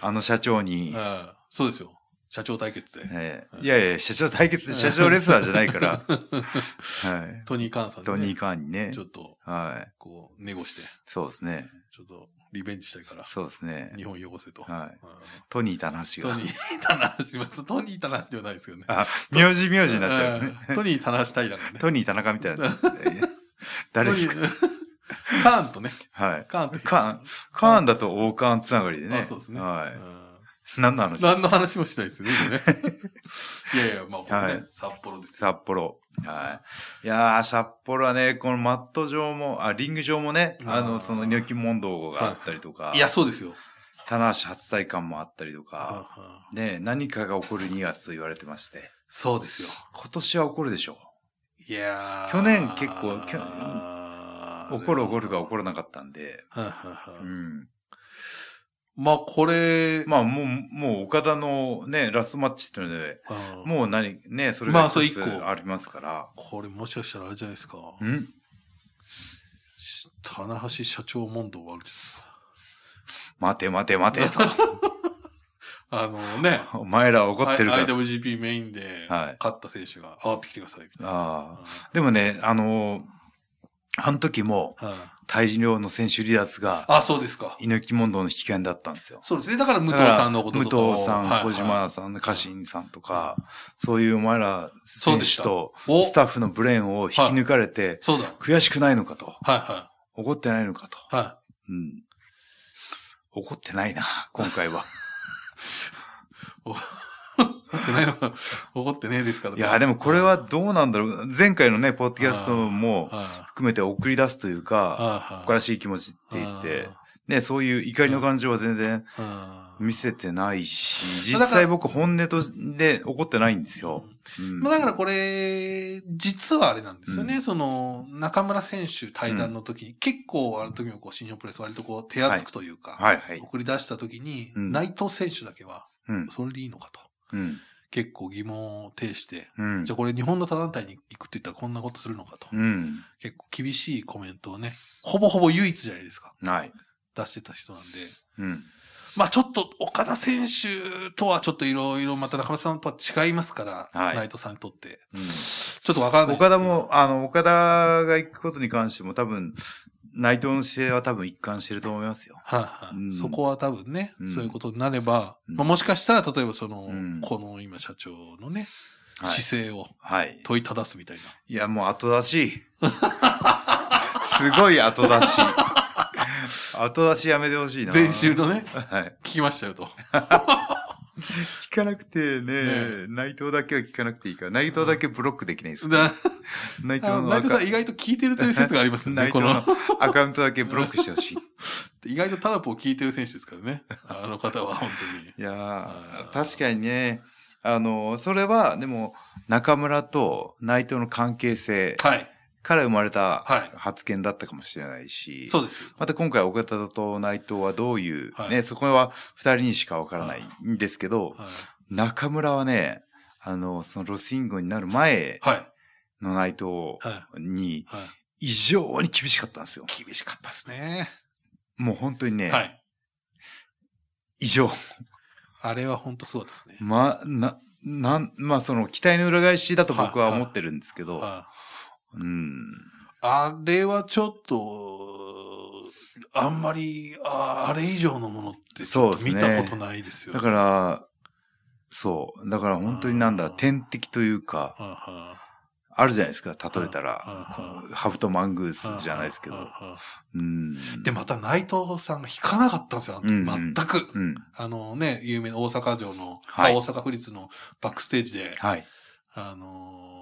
[SPEAKER 1] あの社長に、
[SPEAKER 2] うんそうですよ。社長対決で。
[SPEAKER 1] ええいやいや、社長対決で社長レスラーじゃない から、は
[SPEAKER 2] トニー・カーンさん
[SPEAKER 1] い。
[SPEAKER 2] でね
[SPEAKER 1] トニー・カーンにね
[SPEAKER 2] ちょ、っと、
[SPEAKER 1] はい。
[SPEAKER 2] こう、ネゴして、
[SPEAKER 1] そうですね。
[SPEAKER 2] ちょっと、リベンジしたいから、
[SPEAKER 1] そうですね。
[SPEAKER 2] 日本汚せと。
[SPEAKER 1] はい。
[SPEAKER 2] うん
[SPEAKER 1] トニー・田橋
[SPEAKER 2] ト
[SPEAKER 1] が
[SPEAKER 2] ニ。ー・タナシます。トニー・タナシではないですよね。
[SPEAKER 1] あ、名字名字になっちゃうんですね。
[SPEAKER 2] うんトニー・タナシ対談ね。
[SPEAKER 1] トニー・田中みたいな。 誰ですか
[SPEAKER 2] トニーカーンとね、
[SPEAKER 1] はい。
[SPEAKER 2] カーンと。
[SPEAKER 1] カカーンだと王冠つながりでね。
[SPEAKER 2] あそうですね。
[SPEAKER 1] は
[SPEAKER 2] うん
[SPEAKER 1] い。何の話
[SPEAKER 2] 何の話もしないですよね、今ねいやいや、まあ、ここ
[SPEAKER 1] は
[SPEAKER 2] ね
[SPEAKER 1] い、
[SPEAKER 2] 札幌ですよ。
[SPEAKER 1] 札幌。はい。いやー、札幌はね、このマット上も、あ、リング上もね、あ
[SPEAKER 2] あー
[SPEAKER 1] の、その、ニョキモンドーゴがあったりとか、
[SPEAKER 2] いや、そうですよ。
[SPEAKER 1] 棚橋初体感もあったりとか、
[SPEAKER 2] うんうん
[SPEAKER 1] ね、何かが起こる2月と言われてまして、
[SPEAKER 2] そうですよ。
[SPEAKER 1] 今年は起こるでしょ
[SPEAKER 2] いやー
[SPEAKER 1] 去年結構きょう。起こる起こるが起こ
[SPEAKER 2] る。
[SPEAKER 1] らなかったんで、
[SPEAKER 2] うんうん
[SPEAKER 1] う
[SPEAKER 2] うん
[SPEAKER 1] ん。
[SPEAKER 2] まあ、これ、
[SPEAKER 1] まあ、もう、もう、岡田のね、ラストマッチっていうので、
[SPEAKER 2] うん
[SPEAKER 1] もう何、ね、それ
[SPEAKER 2] ま
[SPEAKER 1] が
[SPEAKER 2] あそう
[SPEAKER 1] 一
[SPEAKER 2] 一
[SPEAKER 1] つ
[SPEAKER 2] 個
[SPEAKER 1] ありますから、
[SPEAKER 2] これもしかしたらあれじゃないですか。
[SPEAKER 1] ん
[SPEAKER 2] 棚橋社長問答があるじゃないですか。
[SPEAKER 1] 待て待て待てと。
[SPEAKER 2] あのね、
[SPEAKER 1] お前ら怒ってるか
[SPEAKER 2] I-
[SPEAKER 1] ら。
[SPEAKER 2] IWGP メインで
[SPEAKER 1] はい
[SPEAKER 2] 勝った選手が上がってきてくださいみたいな。
[SPEAKER 1] ああ。でもね、あのーあの時も
[SPEAKER 2] うん
[SPEAKER 1] 大量の選手離脱が
[SPEAKER 2] あ、そうですか。
[SPEAKER 1] 猪木問答の引き換えだったんですよ。
[SPEAKER 2] そうですね。だから武藤さんのこと
[SPEAKER 1] だ
[SPEAKER 2] と
[SPEAKER 1] か
[SPEAKER 2] から
[SPEAKER 1] 武藤さん、
[SPEAKER 2] はい
[SPEAKER 1] 小島さん、家臣さんとか、そういうお前ら
[SPEAKER 2] そう
[SPEAKER 1] 選
[SPEAKER 2] でし
[SPEAKER 1] 手
[SPEAKER 2] た
[SPEAKER 1] と
[SPEAKER 2] お
[SPEAKER 1] スタッフのブレーンを引き抜かれて、
[SPEAKER 2] そうだ。はい
[SPEAKER 1] 悔しくないのかと。
[SPEAKER 2] は
[SPEAKER 1] 怒ってないのかと。
[SPEAKER 2] い。は
[SPEAKER 1] うん。怒ってないな、今回は。
[SPEAKER 2] い。怒ってないの 怒ってねえですから
[SPEAKER 1] いや、でもこれはどうなんだろう。前回のね、ポッドキャストも
[SPEAKER 2] はい。
[SPEAKER 1] 含めて送り出すというか、
[SPEAKER 2] はい。
[SPEAKER 1] 誇ら
[SPEAKER 2] し
[SPEAKER 1] しい気持ちって言って、ね、そういう怒りの感情は全然見せてないし、
[SPEAKER 2] まあ
[SPEAKER 1] 実
[SPEAKER 2] だから
[SPEAKER 1] 際僕本音とで怒ってないんですよ。うん
[SPEAKER 2] まあだからこれ、実はあれなんですよね。
[SPEAKER 1] う
[SPEAKER 2] その、中村選手対談の時に、結構あの時もこう、新日本プロレス割とこう、手厚くというか、
[SPEAKER 1] はいはい。
[SPEAKER 2] 送り出した時に、
[SPEAKER 1] うん
[SPEAKER 2] 内藤選手だけは、
[SPEAKER 1] うん。
[SPEAKER 2] それでいいのかと。
[SPEAKER 1] うん。
[SPEAKER 2] 結構疑問を呈して、
[SPEAKER 1] うん
[SPEAKER 2] じゃあ。これ日本の他団体に行くって言ったらこんなことするのかと。
[SPEAKER 1] うん。
[SPEAKER 2] 結構厳しいコメントをね、ほぼほぼ唯一じゃないですか。
[SPEAKER 1] ない。
[SPEAKER 2] 出してた人なんで。
[SPEAKER 1] うん。
[SPEAKER 2] まあちょっと岡田選手とはちょっといろいろまた中村さんとは違いますから、
[SPEAKER 1] はい
[SPEAKER 2] 内藤さんにとって。
[SPEAKER 1] うん
[SPEAKER 2] ちょっとわからないです
[SPEAKER 1] 岡
[SPEAKER 2] けど
[SPEAKER 1] 田も、あの、岡田が行くことに関しても多分、内藤の姿勢は多分一貫してると思いますよ。
[SPEAKER 2] はいはい
[SPEAKER 1] うん
[SPEAKER 2] そこは多分ね、
[SPEAKER 1] うん
[SPEAKER 2] そういうことになれば、
[SPEAKER 1] うん
[SPEAKER 2] まあ、もしかしたら、例えばその、
[SPEAKER 1] うん
[SPEAKER 2] この今社長のね、
[SPEAKER 1] はい。
[SPEAKER 2] 姿勢を
[SPEAKER 1] はい。
[SPEAKER 2] 問いただすみたいな。
[SPEAKER 1] いや、もう後出し。 すごい後出し。後出しやめてほしいな。
[SPEAKER 2] 前週。のね、
[SPEAKER 1] はい。
[SPEAKER 2] 聞きました よと。
[SPEAKER 1] 聞かなくてね、
[SPEAKER 2] ね
[SPEAKER 1] 内藤だけは聞かなくていいから、内藤だけブロックできないです。
[SPEAKER 2] だ
[SPEAKER 1] 内藤
[SPEAKER 2] あの
[SPEAKER 1] の
[SPEAKER 2] 内
[SPEAKER 1] ア
[SPEAKER 2] 藤さ
[SPEAKER 1] カ
[SPEAKER 2] ん意外と聞いてるという説がありますね。
[SPEAKER 1] 内
[SPEAKER 2] こ
[SPEAKER 1] 藤
[SPEAKER 2] の
[SPEAKER 1] のアカウントだけブロックしてほ しい。
[SPEAKER 2] 意外とタラポを聞いてる選手ですか らね。あの方は本当に。
[SPEAKER 1] いや
[SPEAKER 2] あ
[SPEAKER 1] ー、
[SPEAKER 2] ー
[SPEAKER 1] 確かにね、あの、それは、でも、中村と内藤の関係性
[SPEAKER 2] はい。
[SPEAKER 1] から生まれた
[SPEAKER 2] はい
[SPEAKER 1] 発言だったかもしれないし、
[SPEAKER 2] そうです。
[SPEAKER 1] また今回、岡田と内藤はどういう、
[SPEAKER 2] はい
[SPEAKER 1] ね、そこは二人にしかわからないんですけど、
[SPEAKER 2] はい。
[SPEAKER 1] 中村はね、あの、そのロスインゴになる前
[SPEAKER 2] はい。
[SPEAKER 1] の内藤
[SPEAKER 2] は
[SPEAKER 1] に
[SPEAKER 2] い。は
[SPEAKER 1] 異常に厳しかったんですよ。
[SPEAKER 2] い、厳しかったですね。
[SPEAKER 1] もう本当にね、
[SPEAKER 2] はい。
[SPEAKER 1] 異常。
[SPEAKER 2] あれは本当そうですね。
[SPEAKER 1] ま、な、なん、まあその期待の裏返しだと僕は思ってるんですけど、
[SPEAKER 2] はい
[SPEAKER 1] うん。
[SPEAKER 2] あれはちょっと、あんまり、ああれ以上のものってち
[SPEAKER 1] そう
[SPEAKER 2] ょっと
[SPEAKER 1] です
[SPEAKER 2] 見
[SPEAKER 1] ね
[SPEAKER 2] たことないですよ。
[SPEAKER 1] だから、そう。だから本当になん
[SPEAKER 2] あ
[SPEAKER 1] だ、
[SPEAKER 2] ー
[SPEAKER 1] 天敵というか、
[SPEAKER 2] はあはあ
[SPEAKER 1] あるじゃないですか、例えた
[SPEAKER 2] あ
[SPEAKER 1] ら。
[SPEAKER 2] ーあー
[SPEAKER 1] ハブとマングースじゃないですけ
[SPEAKER 2] はあ
[SPEAKER 1] ど。
[SPEAKER 2] はあ
[SPEAKER 1] うん。
[SPEAKER 2] で、また内藤さんが引かなかったんですよ、あの時
[SPEAKER 1] うんうん
[SPEAKER 2] 全く。
[SPEAKER 1] うん。
[SPEAKER 2] あのね、有名な大阪城の、
[SPEAKER 1] はい
[SPEAKER 2] あ大阪府立のバックステージで、
[SPEAKER 1] はい。
[SPEAKER 2] あのー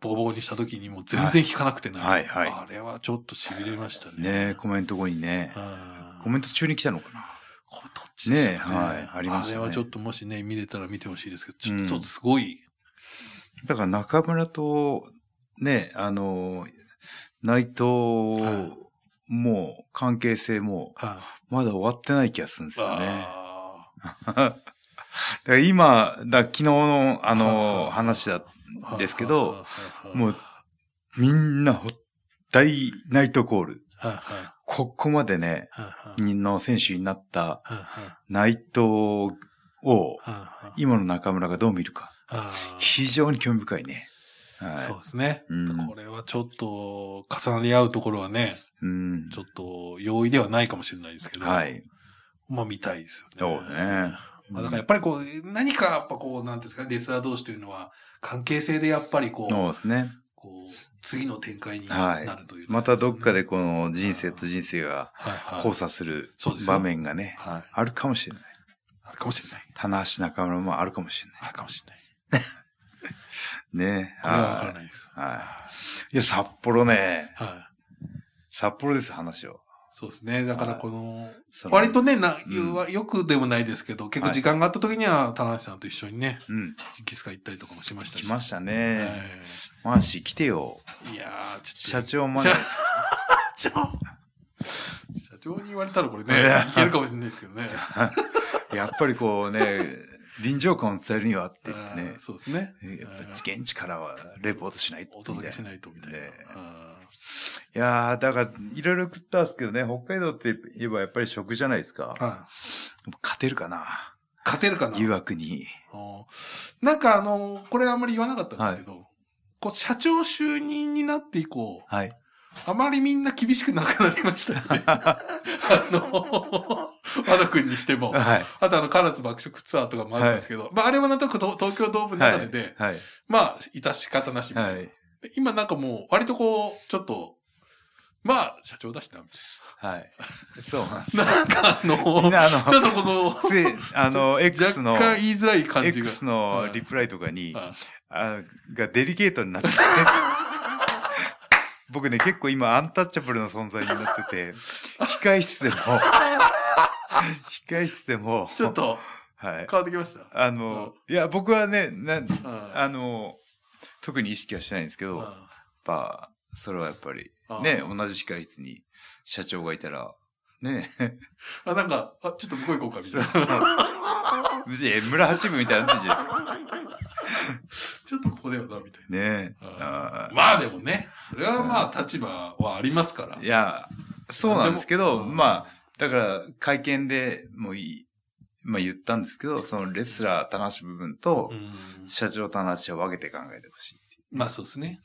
[SPEAKER 2] ボコボコにした時にもう全然引かなくてない。
[SPEAKER 1] はいはいは
[SPEAKER 2] あれはちょっと痺れましたね。
[SPEAKER 1] ねえコメント後にね。
[SPEAKER 2] うん
[SPEAKER 1] コメント中に来たのかな
[SPEAKER 2] これどっちですかね
[SPEAKER 1] ねえはいありましたね
[SPEAKER 2] あれはちょっともしね、見れたら見てほしいですけど、ちょっとすごい、
[SPEAKER 1] だから中村と、ね、あの、内
[SPEAKER 2] はい
[SPEAKER 1] 藤も関係性も
[SPEAKER 2] はい
[SPEAKER 1] まだ終わってない気がするんですよね。
[SPEAKER 2] あ
[SPEAKER 1] だから今、だ昨日のあ
[SPEAKER 2] はいはい
[SPEAKER 1] の話だ、
[SPEAKER 2] ー
[SPEAKER 1] ですけ
[SPEAKER 2] はい
[SPEAKER 1] ど、
[SPEAKER 2] はいはい
[SPEAKER 1] もうみんなほ大ナイトコール。
[SPEAKER 2] はいは
[SPEAKER 1] ここまでね、
[SPEAKER 2] いはい
[SPEAKER 1] の選手になった
[SPEAKER 2] はいは
[SPEAKER 1] 内
[SPEAKER 2] い
[SPEAKER 1] 藤を
[SPEAKER 2] はいはい
[SPEAKER 1] 今の中村がどう見るか。
[SPEAKER 2] あー
[SPEAKER 1] 非常に興味深いね。はい。
[SPEAKER 2] そうですね。
[SPEAKER 1] うん
[SPEAKER 2] これはちょっと重なり合うところはね、
[SPEAKER 1] うん
[SPEAKER 2] ちょっと容易ではないかもしれないですけど、
[SPEAKER 1] はい。
[SPEAKER 2] まあ見たいです
[SPEAKER 1] そう
[SPEAKER 2] よね。
[SPEAKER 1] ね。
[SPEAKER 2] まあ、だからやっぱりこう、何かやっぱこう、なんていうんですか、レスラー同士というのは、関係性でやっぱりこう、
[SPEAKER 1] そうですね。
[SPEAKER 2] こう次の展開に
[SPEAKER 1] は
[SPEAKER 2] ないるという、
[SPEAKER 1] またどっかで、この人生と人生が
[SPEAKER 2] はいはい、
[SPEAKER 1] 交差する
[SPEAKER 2] そうですよ
[SPEAKER 1] 場面がね、
[SPEAKER 2] はい。
[SPEAKER 1] あるかもしれない。
[SPEAKER 2] あるかもしれない。
[SPEAKER 1] 棚橋中村もあるかもしれない。
[SPEAKER 2] あるかもしれない。
[SPEAKER 1] ね。
[SPEAKER 2] これはわから
[SPEAKER 1] は
[SPEAKER 2] ないです。
[SPEAKER 1] い。はい。いや、札幌ね。
[SPEAKER 2] はい。
[SPEAKER 1] 札幌です、話を。
[SPEAKER 2] そうですね。だからこの、
[SPEAKER 1] その
[SPEAKER 2] 割。とね、な
[SPEAKER 1] うん
[SPEAKER 2] よよくでもないですけど、結構時間があった時には、田中さんと一緒にね、
[SPEAKER 1] うん。
[SPEAKER 2] ジンギスカン行ったりとかもしましたし。
[SPEAKER 1] 来ましたね。
[SPEAKER 2] え
[SPEAKER 1] マーシー来てよ。
[SPEAKER 2] えいやー、ち
[SPEAKER 1] 社
[SPEAKER 2] ょっと。
[SPEAKER 1] 長まで。
[SPEAKER 2] 社長社長に言われたらこれね
[SPEAKER 1] いや、
[SPEAKER 2] いけるかもしれないですけどね。
[SPEAKER 1] やっぱりこうね、臨場感を伝えるにはって言ってね
[SPEAKER 2] うん。そうですね。
[SPEAKER 1] やっぱ現地からはレポートしないと
[SPEAKER 2] お
[SPEAKER 1] み
[SPEAKER 2] 届
[SPEAKER 1] たい
[SPEAKER 2] けし
[SPEAKER 1] な。い
[SPEAKER 2] ないと、みたいな。
[SPEAKER 1] ええ
[SPEAKER 2] あ
[SPEAKER 1] やー、だから、いろいろ食ったんですけどね、北海道って言えばやっぱり食じゃないですか。
[SPEAKER 2] ーはい
[SPEAKER 1] 勝てるかな
[SPEAKER 2] 勝てるかな
[SPEAKER 1] 誘惑に。
[SPEAKER 2] おなんかあの、これあんまり言わなかったんですけど、こう、社長就任になって以降、
[SPEAKER 1] はい。
[SPEAKER 2] あまりみんな厳しくなくなりましたよ ね。あの、和田くんにしても。
[SPEAKER 1] はい。
[SPEAKER 2] あとあの、唐津爆食ツアーとかもあったんですけど、まああれはなんとなくと東京ドームの中でで、
[SPEAKER 1] はい。
[SPEAKER 2] まあ、いた仕方なしみたいな。
[SPEAKER 1] はい。
[SPEAKER 2] 今なんかもう、割とこう、ちょっと、まあ、社長だしな、み
[SPEAKER 1] はい。そうなん です。
[SPEAKER 2] たいな。なんかあの、
[SPEAKER 1] みんなあ
[SPEAKER 2] ちょ
[SPEAKER 1] の
[SPEAKER 2] っとこの、、
[SPEAKER 1] ついあの、X の
[SPEAKER 2] 若、干言いづらい感じが。
[SPEAKER 1] X のリプライとかに、
[SPEAKER 2] はい
[SPEAKER 1] あがデリケートになってて。 僕ね、結構今アンタッチャブルな存在になってて、控室で も、控室でも、
[SPEAKER 2] ちょっと
[SPEAKER 1] はい。
[SPEAKER 2] 変わってきました。
[SPEAKER 1] あの、いや、僕はね、な、
[SPEAKER 2] あ
[SPEAKER 1] あの、特に意識はしてないんですけど、やっぱ、それはやっぱり、ね、同じ控室に社長がいたら、 ね、
[SPEAKER 2] あ、なんか、あ、ちょっと向こう行こうか、み たいな。
[SPEAKER 1] え村八分みたいになってんじゃん。
[SPEAKER 2] ちょっとここだよな、みたい
[SPEAKER 1] ね
[SPEAKER 2] な。
[SPEAKER 1] あ
[SPEAKER 2] あーまあでもね、それはまあ立場はありますから。
[SPEAKER 1] ーいや、そうなんですけど、
[SPEAKER 2] でも
[SPEAKER 1] まあ、だから会見でもいい、まあ言ったんですけど、そのレスラー棚橋部分と
[SPEAKER 2] うん
[SPEAKER 1] 社長棚橋は分けて考えてほしいっていう。
[SPEAKER 2] まあそうですね。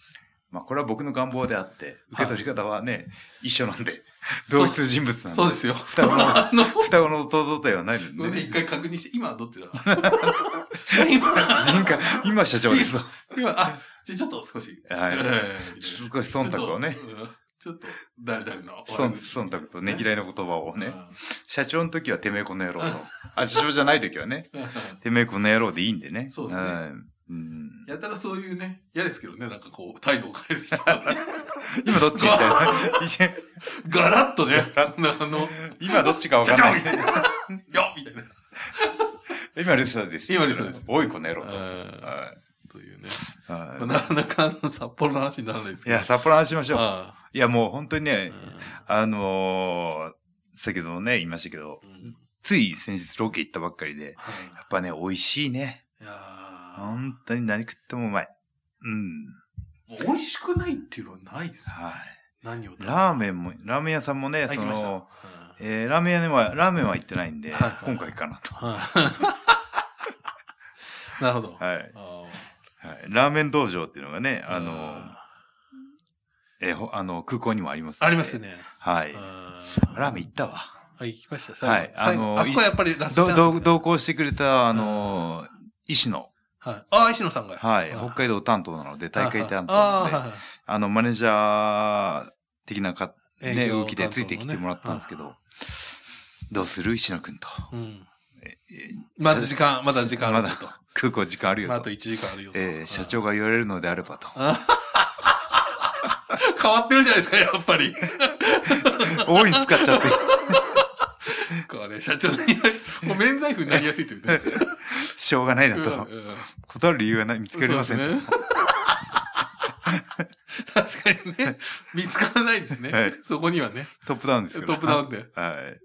[SPEAKER 1] まあこれは僕の願望であって、受け取り方はね、一緒なんで、同一人物なんで。
[SPEAKER 2] そうですよ。
[SPEAKER 1] 双子の
[SPEAKER 2] あの、
[SPEAKER 1] 双子の弟ではない
[SPEAKER 2] こ
[SPEAKER 1] の
[SPEAKER 2] れ
[SPEAKER 1] で、
[SPEAKER 2] で一
[SPEAKER 1] ね。
[SPEAKER 2] 回確認して、今はど っちだ今、
[SPEAKER 1] 人格、今社長です。
[SPEAKER 2] 今、あ、じゃあちょっと少し。
[SPEAKER 1] はい
[SPEAKER 2] えーみたいな
[SPEAKER 1] 少し忖度をね
[SPEAKER 2] ち、ょっとうんちょっと、誰々の。
[SPEAKER 1] 忖忖度とねぎらいの言葉をね
[SPEAKER 2] うん。
[SPEAKER 1] 社長の時はてめえこの野 郎と。あ、社長じゃない時はね、てめえこの野郎でいいんでね。
[SPEAKER 2] そうですね
[SPEAKER 1] はいうん
[SPEAKER 2] やたらそういうね、嫌ですけどね、なんかこう、態度を変える人。
[SPEAKER 1] 今どっちみたい な一緒に。
[SPEAKER 2] ガラッとね、あの、
[SPEAKER 1] 今どっちかわかんない。
[SPEAKER 2] よみたいな。
[SPEAKER 1] 今レスラーです。
[SPEAKER 2] 今レスラーです
[SPEAKER 1] おい、この野郎と。
[SPEAKER 2] え
[SPEAKER 1] は
[SPEAKER 2] ーというね。
[SPEAKER 1] いは
[SPEAKER 2] まあなかなかあの札幌の話にならないです
[SPEAKER 1] いい
[SPEAKER 2] けど。
[SPEAKER 1] や、札幌の話しましょう。
[SPEAKER 2] あ
[SPEAKER 1] いや、もう本当に
[SPEAKER 2] あ
[SPEAKER 1] ね、あのー、先ほどもね、言いましたけど、
[SPEAKER 2] うん
[SPEAKER 1] つい先日ロケ行ったばっかりで、
[SPEAKER 2] はい
[SPEAKER 1] やっぱね、美味しいね。
[SPEAKER 2] いやー
[SPEAKER 1] 本当に何食ってもうまい。うん。
[SPEAKER 2] 美味しくないっていうのはないですよ。
[SPEAKER 1] はい。
[SPEAKER 2] 何を食べても。
[SPEAKER 1] ラーメンも、ラーメン屋さんもね、
[SPEAKER 2] はい
[SPEAKER 1] そ
[SPEAKER 2] 来ました
[SPEAKER 1] の、えーラーメン屋には、ラーメンは行ってないんで
[SPEAKER 2] はい、
[SPEAKER 1] 今回かなと。
[SPEAKER 2] うんはい なるほど。
[SPEAKER 1] はい。
[SPEAKER 2] あー
[SPEAKER 1] はいラーメン道場っていうのがね、あの、
[SPEAKER 2] あ
[SPEAKER 1] えーほあの、空港にもありますん
[SPEAKER 2] ー
[SPEAKER 1] で
[SPEAKER 2] ありますよ。ね。
[SPEAKER 1] はい。
[SPEAKER 2] あ
[SPEAKER 1] ラーメン行ったわ。
[SPEAKER 2] ー行きました。
[SPEAKER 1] はい
[SPEAKER 2] 最後
[SPEAKER 1] あの
[SPEAKER 2] 最後あそこはやっぱりラストチ
[SPEAKER 1] ど、
[SPEAKER 2] ャンスです
[SPEAKER 1] ど、
[SPEAKER 2] ね。
[SPEAKER 1] 同行してくれた、あの、医師の、
[SPEAKER 2] はい。ああ、石野さんが。
[SPEAKER 1] はい、
[SPEAKER 2] あー
[SPEAKER 1] 北海道担当なので、大会担当
[SPEAKER 2] あ
[SPEAKER 1] な
[SPEAKER 2] ー
[SPEAKER 1] の
[SPEAKER 2] はい
[SPEAKER 1] で、
[SPEAKER 2] はい
[SPEAKER 1] あの、マネージャー的なか、ね、
[SPEAKER 2] 営業
[SPEAKER 1] 動
[SPEAKER 2] 担当のね
[SPEAKER 1] きでついてきてもらったんですけど、どうする石野くんと。
[SPEAKER 2] うん。
[SPEAKER 1] え
[SPEAKER 2] まだ時間、まだ時間あるよと。
[SPEAKER 1] まだ空港時間あるよ
[SPEAKER 2] まあ、あ
[SPEAKER 1] と
[SPEAKER 2] と。1時間あるよと。
[SPEAKER 1] えー社
[SPEAKER 2] う
[SPEAKER 1] 長が言われるのであればと。
[SPEAKER 2] ん。変わってるじゃないですか、やっぱり。
[SPEAKER 1] 大いに使っち ゃって。
[SPEAKER 2] これ、社長に、もう免罪符になりやすいというね。
[SPEAKER 1] しょうがないな
[SPEAKER 2] うん
[SPEAKER 1] と。
[SPEAKER 2] うん
[SPEAKER 1] 断る理由がない見つかりませんと。
[SPEAKER 2] そうですね確か にね、見つからないですね。
[SPEAKER 1] はい
[SPEAKER 2] そこにはね、
[SPEAKER 1] トップダウンです
[SPEAKER 2] ト
[SPEAKER 1] から。
[SPEAKER 2] ップダウ
[SPEAKER 1] ン。
[SPEAKER 2] ンで。
[SPEAKER 1] はい。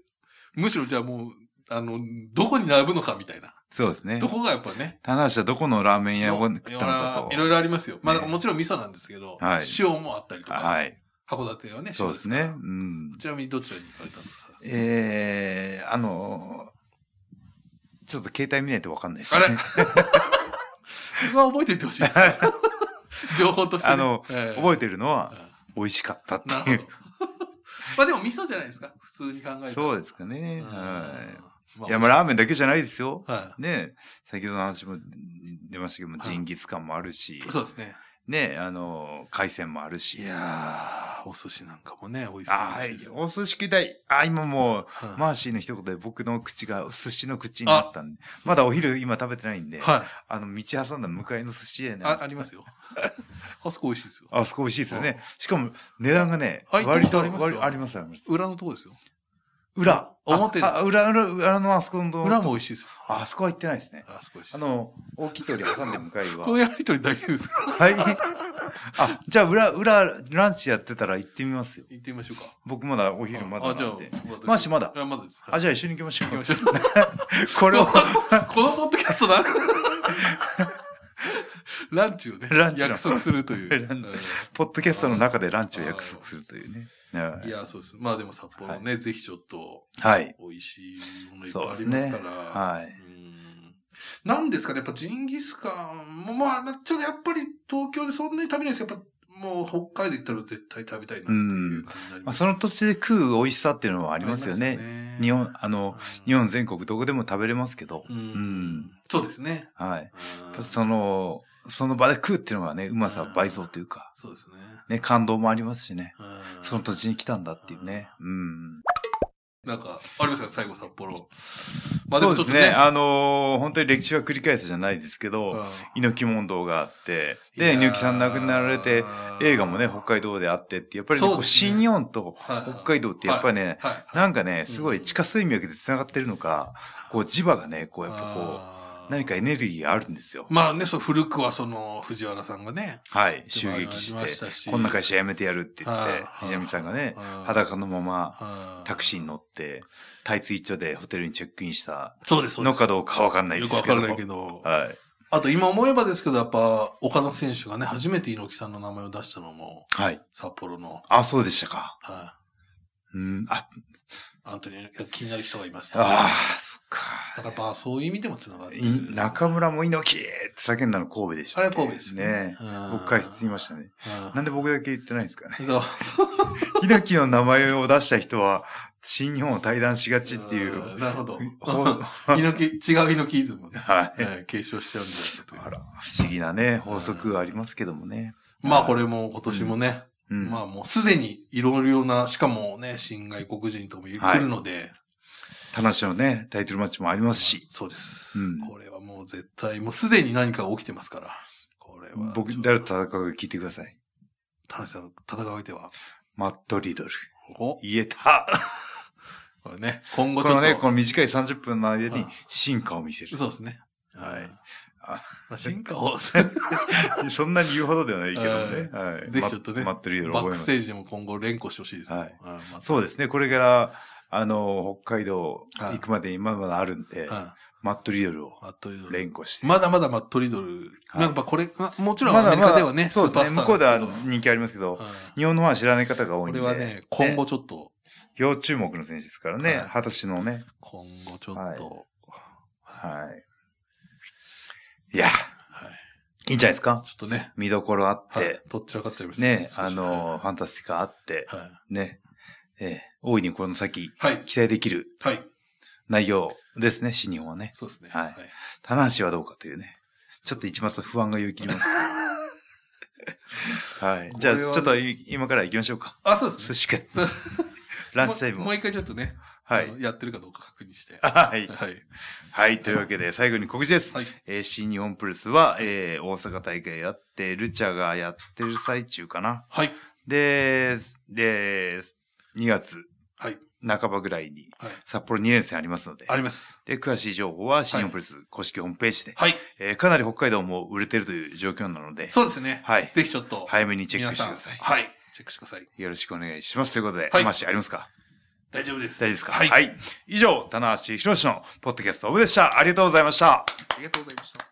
[SPEAKER 2] むしろじゃあもう、あの、どこに並ぶのかみたいな。
[SPEAKER 1] そうですね
[SPEAKER 2] ど。こがやっぱね。
[SPEAKER 1] 棚橋はどこのラーメン屋を食ったのか
[SPEAKER 2] い
[SPEAKER 1] と。
[SPEAKER 2] ろいろありますよ。まあ、
[SPEAKER 1] ね
[SPEAKER 2] もちろん味噌なんですけど、
[SPEAKER 1] はい
[SPEAKER 2] 塩もあったりとか、
[SPEAKER 1] はい。
[SPEAKER 2] 函館はね、
[SPEAKER 1] そ
[SPEAKER 2] 塩
[SPEAKER 1] う
[SPEAKER 2] で
[SPEAKER 1] ですす
[SPEAKER 2] から
[SPEAKER 1] ね。うん。
[SPEAKER 2] ちなみにどちらに行かれたんですか
[SPEAKER 1] えー、あのー、ちょっと携帯見ないとわかんないです
[SPEAKER 2] あれ
[SPEAKER 1] ね。
[SPEAKER 2] そこは覚えていってほし いですね。情報として ね、
[SPEAKER 1] あの
[SPEAKER 2] ええ
[SPEAKER 1] 覚えてるのは、美味しかったって
[SPEAKER 2] な
[SPEAKER 1] いう
[SPEAKER 2] るほど。 まあでも味噌じゃないですか。普通に考えたら。
[SPEAKER 1] そう
[SPEAKER 2] で
[SPEAKER 1] ですかね。はい。い
[SPEAKER 2] い
[SPEAKER 1] や、まあ、ラーメンだけじゃないですよ。
[SPEAKER 2] は
[SPEAKER 1] ね、先ほどの話も出ました けども、ジンギスカンもあるし
[SPEAKER 2] い。、そうですね。
[SPEAKER 1] ね、あの、海鮮もあるし
[SPEAKER 2] い、やや、お寿司なんかもね、美味しそう
[SPEAKER 1] ああ
[SPEAKER 2] ですよ。
[SPEAKER 1] お寿司食いたい。ああ、今もう、
[SPEAKER 2] はい
[SPEAKER 1] マーシーの一言で僕の口が寿司の口になったんで、まだお昼今食べてないんで、
[SPEAKER 2] はい。
[SPEAKER 1] あの、道挟んだ向かいの寿司屋ね。
[SPEAKER 2] あ、ありますよ。あそこ美味しいですよ。
[SPEAKER 1] あそこ美味しいですよね。しかも、値段がね、
[SPEAKER 2] あ行った
[SPEAKER 1] 割
[SPEAKER 2] こと
[SPEAKER 1] と、
[SPEAKER 2] ありますよ
[SPEAKER 1] 割あります、あります。
[SPEAKER 2] 裏のとこですよ。
[SPEAKER 1] 裏。
[SPEAKER 2] 表です
[SPEAKER 1] あ、あ裏、裏、裏のあそこのと
[SPEAKER 2] 裏も美味しいですよ。
[SPEAKER 1] ああそこは行ってないですね。
[SPEAKER 2] あそこ美味しい
[SPEAKER 1] あ
[SPEAKER 2] です。
[SPEAKER 1] の、大きい通り挟んで向かいは
[SPEAKER 2] こ。のやりとりだけです。
[SPEAKER 1] はい。あ、じゃあ裏、裏、ランチやってたら行ってみますよ。
[SPEAKER 2] 行ってみましょうか。
[SPEAKER 1] 僕まだお昼まだ
[SPEAKER 2] あ、じゃ
[SPEAKER 1] な
[SPEAKER 2] あ
[SPEAKER 1] んで。、マーシーまだ
[SPEAKER 2] あ、まだです。
[SPEAKER 1] あ、じゃあ一緒に行きましょ
[SPEAKER 2] 行きま
[SPEAKER 1] う。
[SPEAKER 2] しょう。
[SPEAKER 1] これを、
[SPEAKER 2] このポッドキャスト だ。ランチをね、
[SPEAKER 1] ランチの
[SPEAKER 2] 約束すると い
[SPEAKER 1] ラ
[SPEAKER 2] う。
[SPEAKER 1] ンポッドキャストの中でランチを約束するというね。は
[SPEAKER 2] うんい
[SPEAKER 1] い
[SPEAKER 2] や、そうです。まあでも札幌ね、ぜひちょっと
[SPEAKER 1] はい。
[SPEAKER 2] 美味しいものいっぱい
[SPEAKER 1] そう
[SPEAKER 2] あ
[SPEAKER 1] です
[SPEAKER 2] ります
[SPEAKER 1] ね
[SPEAKER 2] か。ら。
[SPEAKER 1] はい。
[SPEAKER 2] うんなんですかね、やっぱジンギスカンも、まあ、ちょっとやっぱり東京でそんなに食べないですけどやっぱもう北海道行ったら絶対食べたいなっていう感じにな
[SPEAKER 1] ま
[SPEAKER 2] り
[SPEAKER 1] あ、
[SPEAKER 2] ます。
[SPEAKER 1] その土地で食う美味しさっていうのはありますよ
[SPEAKER 2] あり
[SPEAKER 1] ね。日本、あの、日本全国どこでも食べれますけど。
[SPEAKER 2] うん
[SPEAKER 1] うん
[SPEAKER 2] そうですね。
[SPEAKER 1] はい。
[SPEAKER 2] うん
[SPEAKER 1] その、その場で食うっていうのがね、うまさ倍増というか、
[SPEAKER 2] そうですね。
[SPEAKER 1] ね、感動もありますしね。
[SPEAKER 2] うん
[SPEAKER 1] その土地に来たんだっていうね。うん。
[SPEAKER 2] なんか、ありますか最後札幌。ま
[SPEAKER 1] そうですね。あのー本当に歴史は繰り返すじゃないですけど、猪木問答があって、で、猪木さん亡くなられて、、映画もね、北海道であってって、やっぱりね、
[SPEAKER 2] そう
[SPEAKER 1] こう
[SPEAKER 2] ですね
[SPEAKER 1] 新日本と北
[SPEAKER 2] 北
[SPEAKER 1] 海道ってやっぱりね、
[SPEAKER 2] はい。
[SPEAKER 1] なんかね、すごい地下水脈で繋がってるのか、こう磁場がね、こうやっぱこ
[SPEAKER 2] こ
[SPEAKER 1] う、何かエネルギーがあるんですよ。
[SPEAKER 2] まあね、そう、古くはその、藤原さんがね、
[SPEAKER 1] はい、襲撃し、
[SPEAKER 2] ありましたして
[SPEAKER 1] こんな会社辞めてやるって言っ
[SPEAKER 2] はい
[SPEAKER 1] て、藤波さんがね、
[SPEAKER 2] 裸
[SPEAKER 1] 裸のままタクシーに
[SPEAKER 2] の。
[SPEAKER 1] 乗って、タイツ一丁でホテルにチェックインした
[SPEAKER 2] そうです、そうで
[SPEAKER 1] の
[SPEAKER 2] す。
[SPEAKER 1] かどうかわかんないで
[SPEAKER 2] よ
[SPEAKER 1] す
[SPEAKER 2] く
[SPEAKER 1] け
[SPEAKER 2] わ
[SPEAKER 1] ど。
[SPEAKER 2] からないけど。
[SPEAKER 1] はい。
[SPEAKER 2] あと今思えばですけど、やっぱ、岡野選手がね、初めて猪木さんの名前を出したのも、
[SPEAKER 1] はい。
[SPEAKER 2] 札幌の、
[SPEAKER 1] あ、そうでしたか。
[SPEAKER 2] は
[SPEAKER 1] うん、あ、
[SPEAKER 2] い。アントニオ猪木が気になる人がいました。
[SPEAKER 1] ああ、
[SPEAKER 2] だ
[SPEAKER 1] そっ
[SPEAKER 2] から
[SPEAKER 1] か。
[SPEAKER 2] やっぱ、そういう意味でも繋がって
[SPEAKER 1] い
[SPEAKER 2] る。
[SPEAKER 1] 中村も猪木って叫んだの神戸でした
[SPEAKER 2] あ
[SPEAKER 1] っ
[SPEAKER 2] れ
[SPEAKER 1] け。
[SPEAKER 2] は神戸ですよ
[SPEAKER 1] ね。
[SPEAKER 2] うん
[SPEAKER 1] 僕解説言いましたね。
[SPEAKER 2] うん
[SPEAKER 1] なんで僕だけ言ってないんですかね。
[SPEAKER 2] そう
[SPEAKER 1] 猪木の名前を出した人は、新日本を対談しがちっていう。
[SPEAKER 2] んなるほど。
[SPEAKER 1] ほう
[SPEAKER 2] 猪木、違う猪木イズ ムをね、
[SPEAKER 1] はい。
[SPEAKER 2] えー継承しちゃうんじゃないかという
[SPEAKER 1] あら、不思議なね、法則がありますけどもね。
[SPEAKER 2] まあこれも今年もね、
[SPEAKER 1] うん。
[SPEAKER 2] まあもうすでにいろいろな、しかもね、新外国人とかも
[SPEAKER 1] は
[SPEAKER 2] 来
[SPEAKER 1] い
[SPEAKER 2] るので、
[SPEAKER 1] 田無のね、タイトルマッチもありますし、
[SPEAKER 2] そうです、
[SPEAKER 1] うん
[SPEAKER 2] これはもう絶対、もうすでに何かが起きてますから、これは。
[SPEAKER 1] 僕、誰と戦うか聞いてください。
[SPEAKER 2] 田中さん、戦う相手は。
[SPEAKER 1] マット・リドル。
[SPEAKER 2] おこ
[SPEAKER 1] 言えた
[SPEAKER 2] れね、今後
[SPEAKER 1] こ
[SPEAKER 2] ちょ
[SPEAKER 1] の
[SPEAKER 2] っと。
[SPEAKER 1] ね、この短い30分の間
[SPEAKER 2] はい
[SPEAKER 1] に進化を見せる。
[SPEAKER 2] そうですね。
[SPEAKER 1] はい
[SPEAKER 2] ま
[SPEAKER 1] あ
[SPEAKER 2] あ、進化を、
[SPEAKER 1] そんなに言うほどではないけどもね。はい。
[SPEAKER 2] ぜひちょっとね
[SPEAKER 1] ママット・リドル
[SPEAKER 2] バッ
[SPEAKER 1] 覚え
[SPEAKER 2] ク
[SPEAKER 1] ま
[SPEAKER 2] ス
[SPEAKER 1] す。
[SPEAKER 2] テージでも今後連呼してほしいですね。
[SPEAKER 1] はい
[SPEAKER 2] うんまあ
[SPEAKER 1] そうですね、これから、あの、北海道行くまでにまだまだあるんで、
[SPEAKER 2] うん
[SPEAKER 1] マット・リドルを
[SPEAKER 2] マットリドル
[SPEAKER 1] 連呼して。
[SPEAKER 2] まだまだマットリドル。
[SPEAKER 1] はい
[SPEAKER 2] なんかこれ、まあもちろん
[SPEAKER 1] ま
[SPEAKER 2] ア
[SPEAKER 1] だ
[SPEAKER 2] メリ
[SPEAKER 1] ま
[SPEAKER 2] カ
[SPEAKER 1] だ
[SPEAKER 2] ではね、
[SPEAKER 1] そうですね。向こうでは
[SPEAKER 2] スーパースター
[SPEAKER 1] 人気ありますけど、
[SPEAKER 2] ですけど
[SPEAKER 1] 日本のファンは知らない方が
[SPEAKER 2] う
[SPEAKER 1] 多
[SPEAKER 2] ん
[SPEAKER 1] いん
[SPEAKER 2] こ
[SPEAKER 1] で。
[SPEAKER 2] れはね、今後ちょっと、
[SPEAKER 1] 要注目の選手ですから
[SPEAKER 2] は
[SPEAKER 1] ね
[SPEAKER 2] い。
[SPEAKER 1] 二十歳のね。
[SPEAKER 2] 今後ちょっと、は
[SPEAKER 1] はいい。はい。いや、いいんじゃないですか
[SPEAKER 2] ちょっとね、
[SPEAKER 1] 見どころあっ
[SPEAKER 2] は
[SPEAKER 1] て
[SPEAKER 2] い、、どっちらかっちゃいます
[SPEAKER 1] ね、
[SPEAKER 2] 少し
[SPEAKER 1] あの、ファンタスティカあって、
[SPEAKER 2] はい。
[SPEAKER 1] ね、ええ大いにこの先、
[SPEAKER 2] はい。
[SPEAKER 1] 期待できる
[SPEAKER 2] はい。
[SPEAKER 1] 内容ですね、新日本はね。
[SPEAKER 2] そうですね。
[SPEAKER 1] はい棚橋はどうかというね。ちょっと一抹不安がよぎりま す。はい。じゃあ、
[SPEAKER 2] これ
[SPEAKER 1] ち
[SPEAKER 2] は
[SPEAKER 1] ょ
[SPEAKER 2] ね
[SPEAKER 1] っとい今から行きましょうか。
[SPEAKER 2] あ、そうで
[SPEAKER 1] 寿
[SPEAKER 2] すね。
[SPEAKER 1] 司 会
[SPEAKER 2] そう。
[SPEAKER 1] ランチタイム
[SPEAKER 2] もう
[SPEAKER 1] を
[SPEAKER 2] もう一回ちょっとね、
[SPEAKER 1] は
[SPEAKER 2] あの
[SPEAKER 1] い。
[SPEAKER 2] やってるかどうか確認して。は
[SPEAKER 1] はい。
[SPEAKER 2] い。
[SPEAKER 1] はい。というわけで、最後に告知です。
[SPEAKER 2] はい。
[SPEAKER 1] えー新日本プロレスは、えー大阪大会やって、ルチャがやってる最中かな。
[SPEAKER 2] はい。
[SPEAKER 1] で、で、2月
[SPEAKER 2] はい。
[SPEAKER 1] 半ばぐらいに、
[SPEAKER 2] はい。
[SPEAKER 1] 札幌2連戦ありますので
[SPEAKER 2] あ、ります。
[SPEAKER 1] で、詳しい情報は新日本プロレス公式ホームページで、
[SPEAKER 2] はい。
[SPEAKER 1] えーかなり北海道も売れてるという状況なので、
[SPEAKER 2] そうですね。
[SPEAKER 1] はい
[SPEAKER 2] ぜひちょっと、
[SPEAKER 1] 早めにチェッ
[SPEAKER 2] 皆
[SPEAKER 1] クして
[SPEAKER 2] さ
[SPEAKER 1] く
[SPEAKER 2] ん、
[SPEAKER 1] ださい。
[SPEAKER 2] はい。チェックしてください。
[SPEAKER 1] よろしくお願いします。ということで、
[SPEAKER 2] はい
[SPEAKER 1] 話ありますか
[SPEAKER 2] 大丈夫です。
[SPEAKER 1] 大丈夫ですか
[SPEAKER 2] はい。
[SPEAKER 1] 以上、棚橋博士のポッドキャストオブでした。ありがとうございました。
[SPEAKER 2] ありがとうございました。